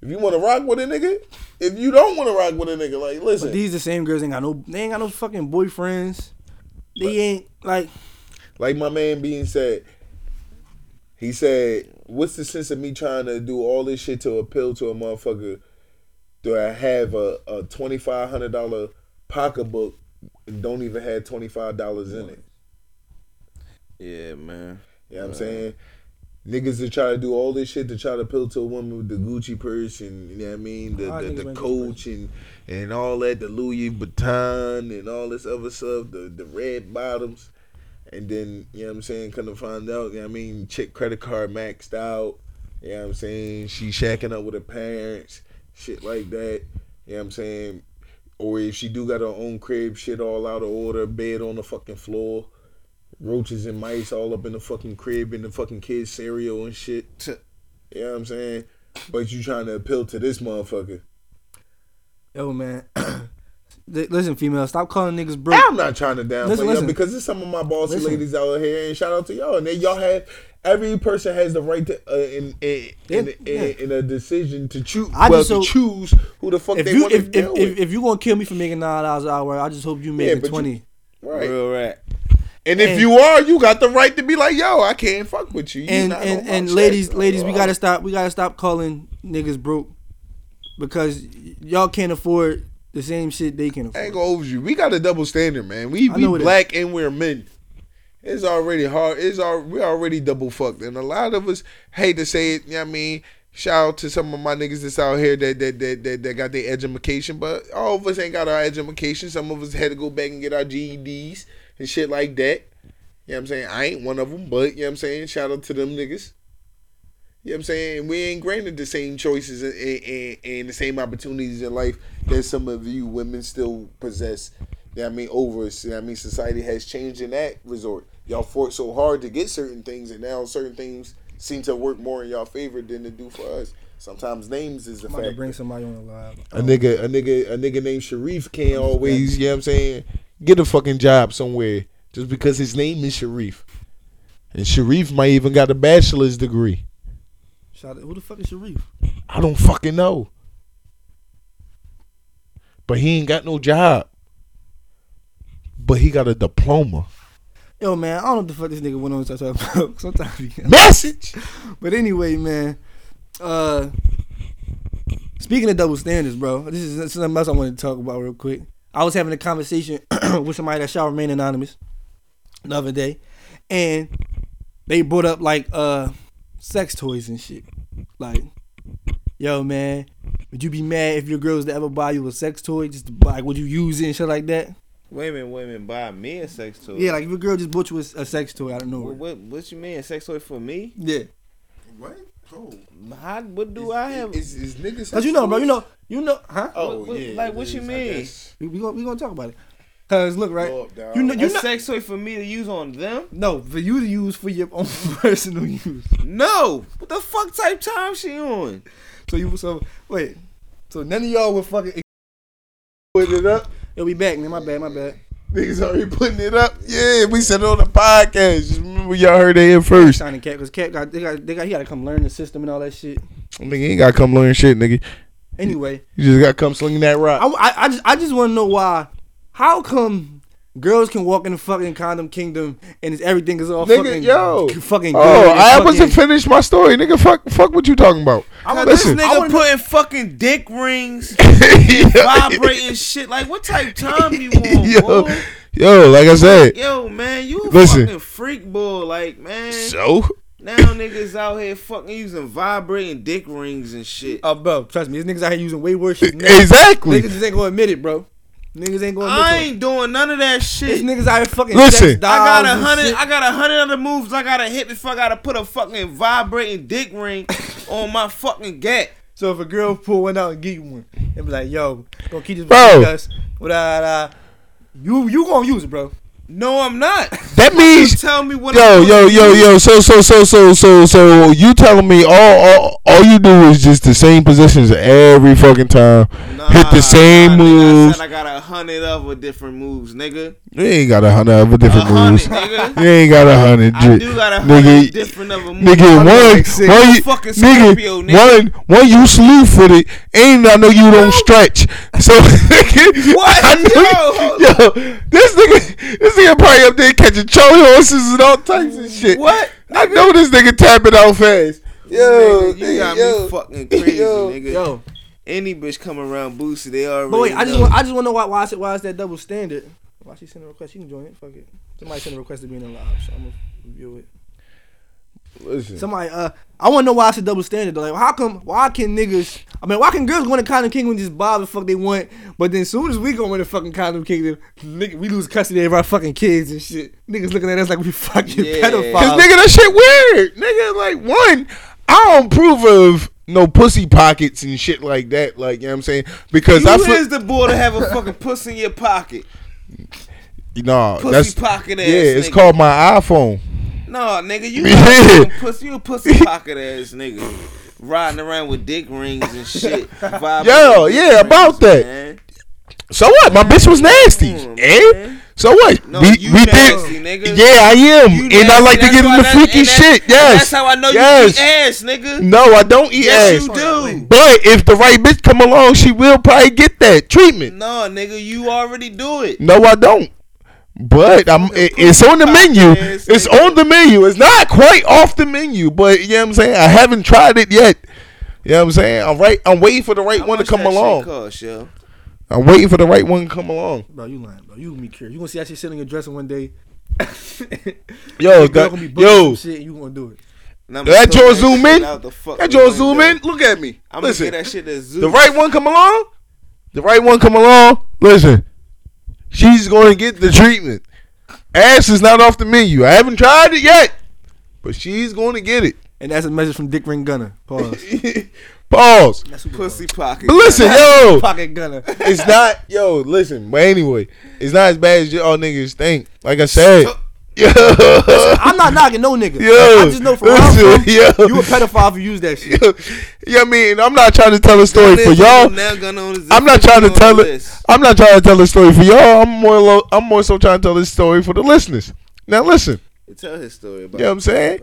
S12: if you wanna rock with a nigga, if you don't wanna rock with a nigga, like listen.
S1: But these the same girls ain't got no they ain't got no fucking boyfriends. They ain't like
S12: like my man being said he said what's the sense of me trying to do all this shit to appeal to a motherfucker do i have a, a $2500 pocketbook and don't even have $25 in it
S7: yeah man
S12: you know what i'm saying Niggas that try to do all this shit to try to appeal to a woman with the Gucci purse and you know what I mean, the
S7: I think
S12: the, the
S7: it's
S12: coach and and all that, the Louis Vuitton and all this other stuff, the the red bottoms, and then you know what I'm saying, come to find out, you know what I mean, chick credit card maxed out, you know what I'm saying, she shacking up with her parents, shit like that, you know what I'm saying, or if she do got her own crib, shit all out of order, bed on the fucking floor roaches and mice all up in the fucking crib and the fucking kids cereal and shit. You know what I'm saying? But you trying to appeal to this motherfucker.
S1: Yo man. <clears throat> Li- Listen, female, stop calling niggas broke.
S12: I'm not trying to downplay
S1: Listen,
S12: y'all
S1: listen.
S12: because there's some of my bossy
S1: Listen.
S12: ladies out here, and shout out to y'all. And then y'all have every person has the right to uh, in, in, in,
S1: Yeah.
S12: in, in a decision to choose.
S1: I
S12: well,
S1: just
S12: to
S1: hope-
S12: choose who the fuck
S1: If
S12: they
S1: you
S12: want to
S1: if if,
S12: deal with.
S1: if if you gonna kill me for making nine dollars an hour, I just hope you
S12: Yeah,
S1: making
S12: but you-
S1: twenty.
S12: right.
S7: Real rat.
S12: and if
S1: and-
S12: you are, you got the right to be like, yo, I can't fuck with you. You
S1: and
S12: not on
S1: and,
S12: my
S1: and
S12: check.
S1: ladies, ladies, we
S12: Oh.
S1: gotta stop. We gotta stop calling niggas broke because y- y'all can't afford the same shit they can
S12: I ain't
S1: afford.
S12: gonna over you. We got a double standard, man. We
S1: I
S12: we
S1: know it is.
S12: black and we're men. It's already hard. It's all we already double fucked, and a lot of us hate to say it. You know what I mean, shout out to some of my niggas that's out here that that that that, that got their education, but all of us ain't got our education. Some of us had to go back and get our GEDs and shit like that. You know what I'm saying? I ain't one of them, but you know what I'm saying? Shout out to them niggas. You know what I'm saying? We ain't granted the same choices and, and, and the same opportunities in life that some of you women still possess. You know what I mean? Over us. You know what I mean? Society has changed in that resort. Y'all fought so hard to get certain things, and now certain things seem to work more in y'all favor than they do for us. Sometimes names is a
S1: I'm about to
S12: fact.
S1: bring somebody on the live.
S12: A nigga, a nigga, a nigga named Sharif can't always, you know what I'm saying, get a fucking job somewhere just because his name is Sharif. And Sharif might even got a bachelor's degree.
S1: Shout out, who the fuck is Sharif?
S12: I don't fucking know. But he ain't got no job. But he got a diploma.
S1: Yo, man, I don't know what the fuck this nigga went on to talk about. <laughs> Sometimes he
S12: Message.
S1: But anyway, man. Uh, speaking of double standards, bro, this is this is something else I wanted to talk about real quick. I was having a conversation <clears throat> with somebody that shall remain anonymous the other day, and they brought up like uh, sex toys and shit. Like, yo, man, would you be mad if your girl was to ever buy you a sex toy? Just to buy, like, would you use it and shit like that?
S7: Wait a minute, wait a minute. Buy me a sex toy.
S1: Yeah, like if your girl just bought you a, a sex toy, I don't know.
S7: What, what what you mean? A sex toy for me?
S1: Yeah.
S12: What? Oh,
S7: How, what do I have?
S12: is, is niggas?
S1: Cause you know, bro, you know, you know, huh?
S12: Oh
S7: What- what-
S12: yeah.
S7: like, what you
S12: I
S7: mean?
S12: guess.
S1: We, we gonna we gonna talk about it. Cause look, right?
S12: Lord, dog.
S1: You know, you
S7: a
S1: not,
S7: sex toy for me to use on them?
S1: no for you to use for your own <laughs> personal use.
S7: No. What the fuck type time she on?
S1: So you so wait. So none of y'all were fucking.
S12: putting it up.
S1: It'll be back, man. My bad, my bad.
S12: Niggas already putting it up. Yeah, we said it on the podcast. Just remember y'all heard it here first.
S1: Signing cat, cause cat got they got they got he got to come learn the system and all that shit.
S12: Nigga, you ain't gotta come learn shit, nigga.
S1: Anyway,
S12: You just gotta come slinging that rock.
S1: I I, I just I just want to know why. How come girls can walk in the fucking condom kingdom and it's, everything is all
S12: Nigga,
S1: fucking
S12: yo.
S1: fucking good
S12: Oh,
S1: and
S12: I
S1: fucking-
S12: wasn't finished my story, nigga. Fuck, fuck what you talking about? Listen,
S7: This nigga putting fucking dick rings,
S12: Yo, <laughs>
S7: vibrating shit. Like, what type time you on,
S12: yo,
S7: boy?
S12: Yo, like I said,
S7: Yo, man, you a
S12: Listen.
S7: fucking freak boy, like man.
S12: So?
S7: now niggas out here fucking using vibrating dick rings and shit.
S1: Oh, bro, trust me, these niggas out here using way worse
S10: <laughs>
S1: shit. than that.
S12: Exactly.
S1: Niggas just ain't gonna admit it, bro. Niggas ain't gonna. Admit
S7: I
S1: to it.
S7: ain't doing none of that shit.
S1: These niggas out here fucking.
S12: Listen.
S1: sex
S7: I got
S1: dolls
S7: a
S1: and
S7: hundred.
S1: shit.
S7: I got a hundred other moves. I gotta hit before I gotta put a fucking vibrating dick
S12: <laughs>
S7: ring on my fucking gat.
S1: So if a girl pull one out and get you one, and be like, "Yo, gonna keep this
S12: Bro.
S1: between us." Well, da, da, da. You you gonna use it, bro?
S7: No, I'm not.
S12: <laughs> That means
S7: tell me what.
S12: yo,
S7: I'm
S12: yo,
S7: doing.
S12: yo, yo. So, so, so, so, so, so. You telling me all, all, all you do is just the same positions every fucking time, hit the same
S7: I
S12: moves.
S7: said I got a hundred other different moves, nigga.
S12: You ain't got a hundred other different moves.
S7: nigga.
S12: You ain't got a hundred.
S7: I
S12: dri-
S7: do got a
S12: nigga,
S7: hundred different other moves.
S12: Nigga,
S7: I'm
S12: one,
S7: like six.
S12: one, you,
S7: Fucking
S12: nigga,
S7: Scorpio, nigga.
S12: one, one, you slew with it, and I know you don't stretch. So, <laughs> nigga,
S7: What?
S12: I
S7: Yo,
S12: know, yo, this nigga, this nigga probably up there catching trolley horses and all types of shit.
S7: What?
S12: I know this nigga tapping out fast. Yo,
S7: nigga, you got
S12: yo.
S7: me fucking crazy,
S12: yo.
S7: nigga.
S1: Yo,
S7: Any bitch come around Boosie, they already.
S1: but wait, I just
S7: know.
S1: want I just want to know why why is it why is that double standard? Why she send a request? She can join it. Fuck it. Somebody send a request to be in the live, so I'm gonna review it.
S12: Listen,
S1: Somebody, uh, I want to know why it's a double standard. Though. Like, how come? Why can niggas? I mean, why can girls go into condom kingdom and just buy the fuck they want? But then, soon as we go into fucking condom kingdom, nigga, we lose custody of our fucking kids and shit. Niggas looking at us like we fucking
S7: Yeah.
S12: Cause
S1: pedophiles.
S12: nigga, that shit weird. Nigga, like one, I don't approve of no pussy pockets and shit like that. Like, you know what I'm saying? Because
S7: you
S12: I
S7: is
S12: feel
S7: the boy to have a fucking puss in your pocket.
S12: nah,
S7: pussy
S12: that's
S7: pocket ass
S12: Yeah, it's
S7: nigga.
S12: called my iPhone.
S7: No,
S1: <laughs>
S7: nigga, you
S12: Yeah.
S7: a fucking pussy, you a pussy pocket ass nigga, riding around with dick rings
S1: <laughs>
S7: and shit. vibrating
S12: Yo,
S7: dick
S12: yeah, about that.
S7: man.
S12: So what? My bitch was nasty. eh? So what?
S7: No,
S12: we
S7: you
S12: we
S7: nasty,
S12: did.
S7: nigga.
S12: Yeah, I am,
S7: You
S12: and I
S7: nasty,
S12: like to
S7: that's
S12: get
S7: why
S12: into
S7: that-
S12: freaky
S7: and that-
S12: shit.
S7: and
S12: Yes.
S7: That's how I know
S12: yes.
S7: you eat ass, nigga.
S12: No, I don't eat
S7: yes,
S12: ass.
S7: you do.
S12: But if the right bitch come along, she will probably get that treatment.
S7: No, nigga, you already do it.
S12: No, I don't. But I'm, it, it's on the menu.
S7: Podcast,
S12: It's
S7: nigga.
S12: on the menu. It's not quite off the menu, but you know what I'm saying? I haven't tried it yet. You know what I'm saying? I'm right I'm waiting for the right one to
S7: What's
S12: come
S7: that shit
S12: along.
S7: Cost, yo?
S12: I'm waiting for the right one to come along.
S1: Bro, you lying, bro. You gonna be curious. You gonna see that shit sitting in your dresser one day.
S12: <laughs> Yo,
S1: Your girl
S12: that-
S1: gonna be booking
S12: yo,
S1: some shit. And you gonna do it?
S7: And I'ma
S12: that
S7: throw
S12: your
S7: that
S12: zoom
S7: shit
S12: in?
S7: out the fucking
S12: That your
S7: window.
S12: zoom in? Look at me.
S7: I'm gonna
S12: Listen,
S7: get that shit to zoom.
S12: the right one come along. The right one come along. Listen, she's going to get the treatment. Ass is not off the menu. I haven't tried it yet, but she's going to get
S1: And that's a message from Dick Ring Gunner. Pause.
S12: it. Pause.
S1: That's who
S7: pussy pocket.
S12: But listen, yo,
S1: pocket gunner.
S12: it's not <laughs> yo. Listen, but anyway, it's not as bad as y'all niggas think. Like I said, yo,
S1: I'm not knocking no nigga.
S12: Yo,
S1: I just know from where I'm from,
S12: yo.
S1: you a pedophile if you use that shit.
S12: yo, yeah, I mean, I'm not trying to tell a story for
S7: Listen,
S12: y'all.
S7: now gonna on his-
S12: I'm not trying to
S7: on
S12: tell
S7: the
S12: it.
S7: list.
S12: I'm not trying to tell a story for y'all. I'm more. Lo- I'm more so trying to tell this story for the listeners. Now listen,
S7: Tell his story about.
S12: you know what I'm saying?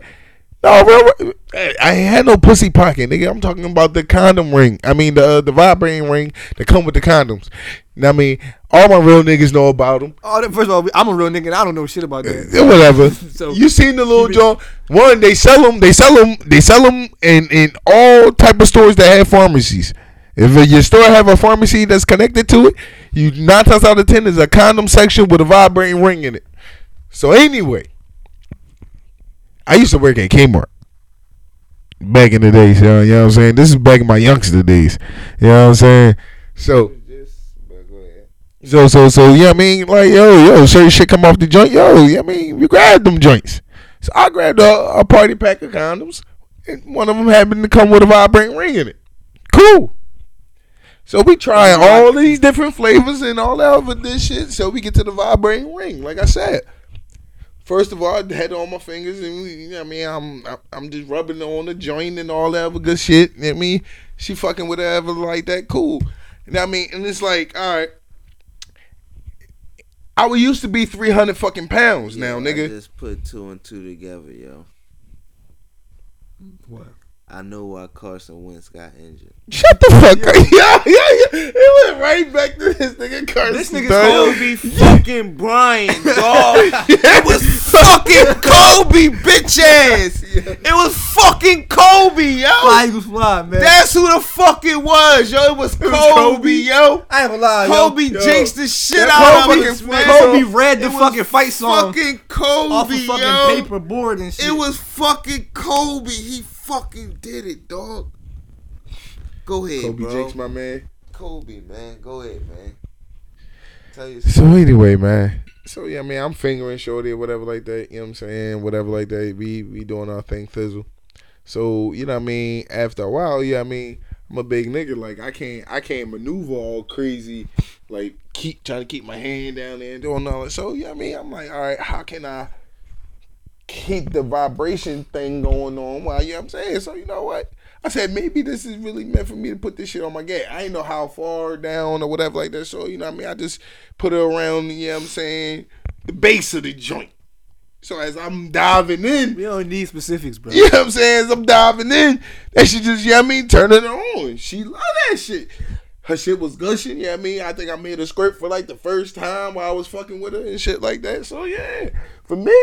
S12: No, real, real- I I ain't had no pussy pocket, nigga. I'm talking about the condom ring. I mean, the uh, the vibrating ring that come with the condoms. Now, I mean, all my real niggas know about them.
S1: Oh, that- first of all, I'm a real nigga and I don't know shit about that.
S12: Yeah,
S1: <laughs>
S12: whatever.
S1: So-
S12: you seen the little John? One, they sell them. They sell them. They sell them in in all type of stores that have pharmacies. If your store have a pharmacy that's connected to it, you nine times out of ten is a condom section with a vibrating ring in it. So anyway, I used to work at Kmart back in the days. You know, you know what I'm saying? This is back in my youngster days. You know what I'm saying? So. So so so yeah, I mean like yo yo, certain shit come off the joint, yo. Yeah, I mean you grab them joints. So I grabbed a, a party pack of condoms, and one of them happened to come with a vibrant ring in it. Cool. So we trying all these different flavors and all that other this shit. So we get to the vibrating ring, like I said. First of all, I had it on my fingers, and we- you know what I mean, I'm I'm- I'm just rubbing it on the joint and all that other good shit. You know what I mean, she fucking whatever like that, cool. You know what I mean, and it's like, all right, I would used to be three hundred fucking pounds
S7: Yo,
S12: now,
S7: I
S12: nigga.
S7: just put two and two together, yo.
S1: What?
S7: I know why Carson Wentz got injured.
S12: Shut the fuck up. Yeah, yeah, yeah. It went right back to this nigga Carson.
S7: This nigga's
S12: dog.
S7: Kobe fucking Bryant, dog. it was fucking Kobe, bitch ass. It was fucking Kobe, yo.
S1: Fly Eagles fly, man.
S7: That's who the fuck it was, yo. It was Kobe, yo.
S1: I ain't gonna lie, yo.
S7: Kobe
S1: Yo.
S7: jinxed the shit
S1: That
S7: out
S1: Kobe-
S7: of us, man.
S1: Kobe read the
S7: It was
S1: fucking fight song
S7: Fucking Kobe,
S1: off of fucking
S7: yo.
S1: paper board and shit.
S7: It was fucking Kobe. He fucking did it, dog. Go ahead,
S12: Kobe
S7: bro.
S12: Jakes, my man.
S7: Kobe, man. Go ahead, man. Tell you
S10: So anyway, man.
S12: So yeah, man, I'm fingering shorty or whatever like that. You know what I'm saying? Whatever like that. We we doing our thing, thizzle. So you know what I mean. After a while, yeah, I mean, I'm a big nigga. Like I can't I can't maneuver all crazy. Like keep trying to keep my hand down there and doing all that. So yeah, I mean, I'm like, all right, how can I keep the vibration thing going on? While you know what I'm saying. So you know what? I said maybe this is really meant for me to put this shit on my gat. I ain't know how far down or whatever like that. So you know what I mean. I just put it around. You know what I'm saying. The base of the joint. So as I'm diving in,
S1: we don't need specifics, bro.
S12: <laughs> You know what I'm saying? As I'm diving in, that she just, you know what I mean, turning it on. She love that shit. Her shit was gushing, you know what I mean? I think I made a script for like the first time while I was fucking with her and shit like that. So yeah, for me,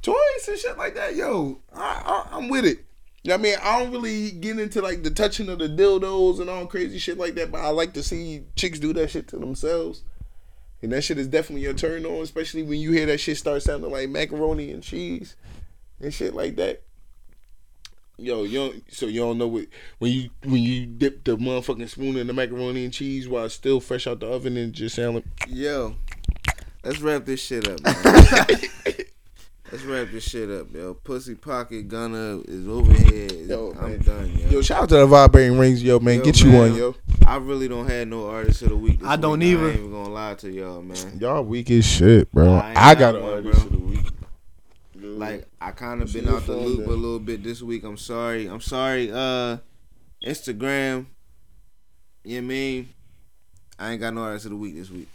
S12: toys and shit like that, yo, I, I, I'm with it. You know what I mean? I don't really get into like the touching of the dildos and all crazy shit like that, but I like to see chicks do that shit to themselves. And that shit is definitely your turn on, especially when you hear that shit start sounding like macaroni and cheese and shit like that. Yo, you don't, so you don't know what when you when you dip the motherfucking spoon in the macaroni and cheese while it's still fresh out the oven and it just sound like
S7: Yo, let's wrap this shit up.
S12: <laughs>
S7: Man. let's wrap this shit up, yo. Pussy pocket gunner is over here.
S12: Yo,
S7: I'm
S12: man.
S7: done, yo.
S12: Yo, shout out to the vibrating rings, yo man.
S7: Yo,
S12: Get you
S7: man,
S12: one, yo.
S7: I really don't have no artist of the week. This
S1: I don't
S7: week.
S1: either.
S7: I ain't even gonna lie to y'all, man.
S12: Y'all weak as shit, bro.
S7: Nah, ain't
S12: I got
S7: one,
S12: one,
S7: bro. Like I kind of
S12: She
S7: been out the
S12: your phone,
S7: loop
S12: man.
S7: a little bit this week. I'm sorry. I'm sorry. Uh, Instagram. You know what I mean? I ain't got no artist of the week this week.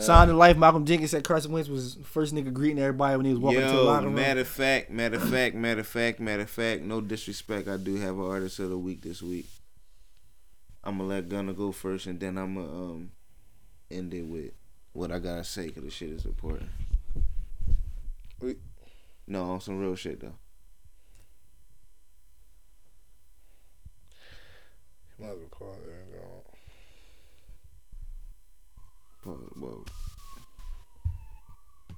S1: Sign of life, Malcolm Jenkins said Carson Wentz was the first nigga greeting everybody when he was walking to the
S7: Yo,
S1: locker room.
S7: matter of fact, matter of fact, matter of fact, matter of fact, no disrespect, I do have an artist of the week this week. I'm gonna let Gunna go first, and then I'm gonna um, end it with what I gotta say because the shit is important.
S12: We-
S7: No, on some real shit though. Whoa, whoa.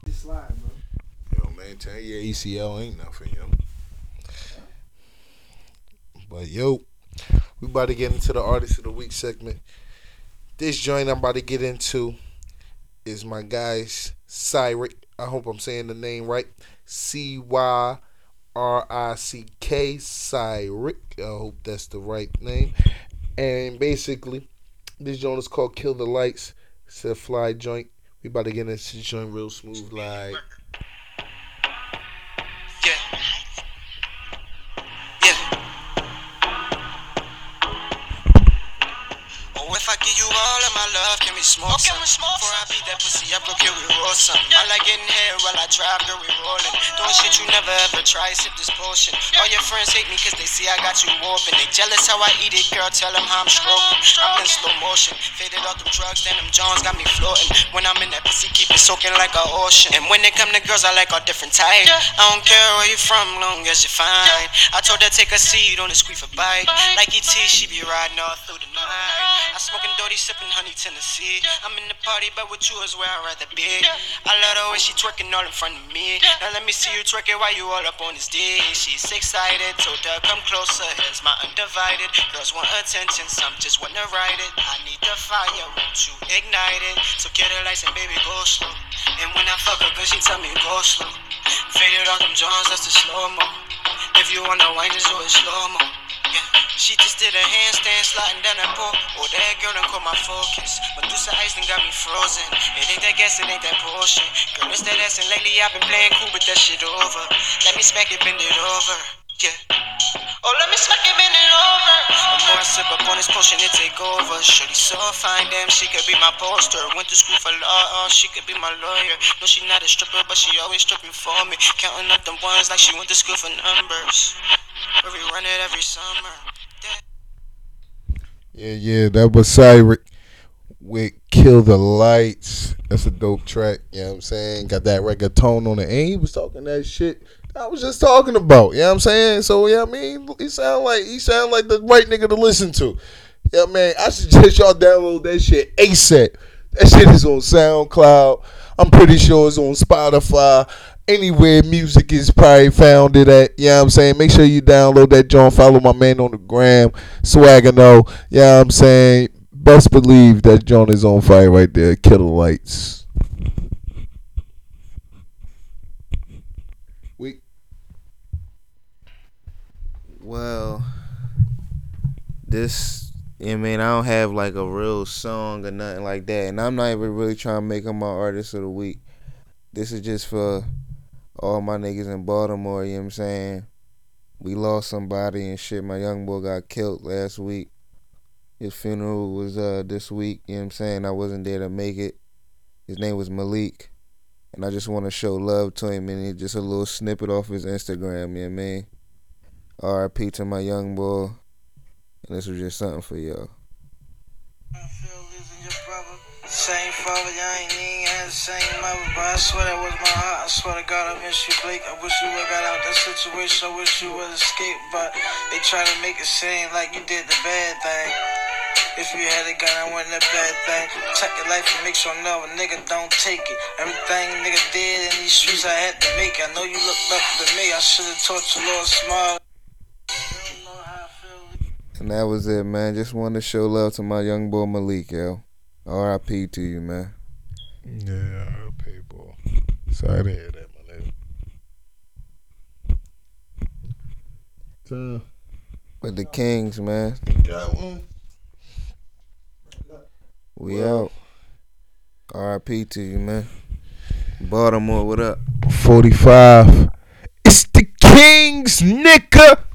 S1: Just slide, bro.
S12: Yo man, tell your ECL ain't nothing, yo. But yo, we about to get into the artist of the week segment. This joint I'm about to get into is my guy's Cyric. I hope I'm saying the name right. C Y R I C K Cyric. I hope that's the right name. And basically, this joint is called Kill the Lights. It's a fly joint. We about to get into this joint real smooth like
S8: Yeah. Yeah. Oh, if I give you all of my love, can we Oh, smoke some? Before I beat that pussy up, okay, we roll some. I like getting here while I drive, girl, we rolling. Doing shit you never ever try, sip this potion. All your friends hate me cause they see I got you open. They jealous how I eat it, girl, tell them how I'm stroking. I'm in slow motion, faded off them drugs, then them Jones got me floating. When I'm in that pussy, keep it soaking like an ocean. And when it come to girls, I like all different types. I don't care where you from, long as you're fine. I told her take a seat on the squeak for bike. Like ET, she be riding all through the night. I smoking dirty, sipping honey Tennessee. I'm in the party, but with you is where I'd rather be. I love the way she twerking all in front of me. Now let me see you twerking while you all up on this dick. She's excited, told her come closer. Here's my undivided. Girls want attention, some just wanna ride it. I need the fire, won't you ignite it? So get her lights and baby go slow. And when I fuck her, girl, she tell me go slow. Faded off them Jones, that's the slow mo. If you wanna wind it, so it's slow mo. Yeah. She just did a handstand sliding down that pole. Oh, that girl done caught my focus. Medusa ice done got me frozen. It ain't that gas, it ain't that potion. Girl, it's that ass, and lately I've been playing cool, but that shit over. Let me smack it, bend it over. Yeah. Oh, let me smack it, bend it over. The more I sip up on this potion, it take over. Shorty so fine, damn, she could be my poster. Went to school for law, oh, she could be my lawyer. No, she not a stripper, but she always stripping for me. Counting up them ones like she went to school for numbers. Where we run it every summer.
S10: Yeah, yeah, that was Cyric. with Kill the Lights. That's a dope track. You know what I'm saying? Got that reggaeton on it. And he was talking that shit I was just talking about. You know what I'm saying? So yeah, I mean he sound like he sound like the right nigga to listen to. Yeah, man, I suggest y'all download that shit ASAP. That shit is on SoundCloud. I'm pretty sure it's on Spotify. Anywhere music is probably found it at. You know what I'm saying? Make sure you download that John. Follow my man on the gram, Swagano. You know what I'm saying? Best believe that John is on fire right there. Killer lights.
S7: Well, this, I mean, I don't have like a real song or nothing like that, and I'm not even really trying to make him my artist of the week. This is just for all my niggas in Baltimore. You know what I'm saying? We lost somebody and shit. My young boy got killed last week. His funeral was uh this week. You know what I'm saying? I wasn't there to make it. His name was Malik. And I just want to show love to him and just a little snippet off his Instagram, you know what I mean? RIP to my young boy. And this was just something for y'all.
S8: Same father, I ain't even had the same mother, but I swear that was my heart. I swear to God, I miss you, Blake. I wish you would got out that situation. I wish you would escape, but they try to make it seem like you did the bad thing. If you had a gun, I wasn't a bad thing. Check your life and make sure no nigga don't take it. Everything nigga did in these streets, I had to make. I know you looked up to me. I should have taught you a little smile.
S7: And that was it, man. Just wanted to show love to my young boy Malik, yo. RIP to you, man.
S10: Yeah, people. Sorry to hear that, my nigga. So,
S7: But the Kings, man.
S10: got one.
S7: We out. RIP to you, man. Baltimore, what up?
S10: 45. It's the Kings, nigga.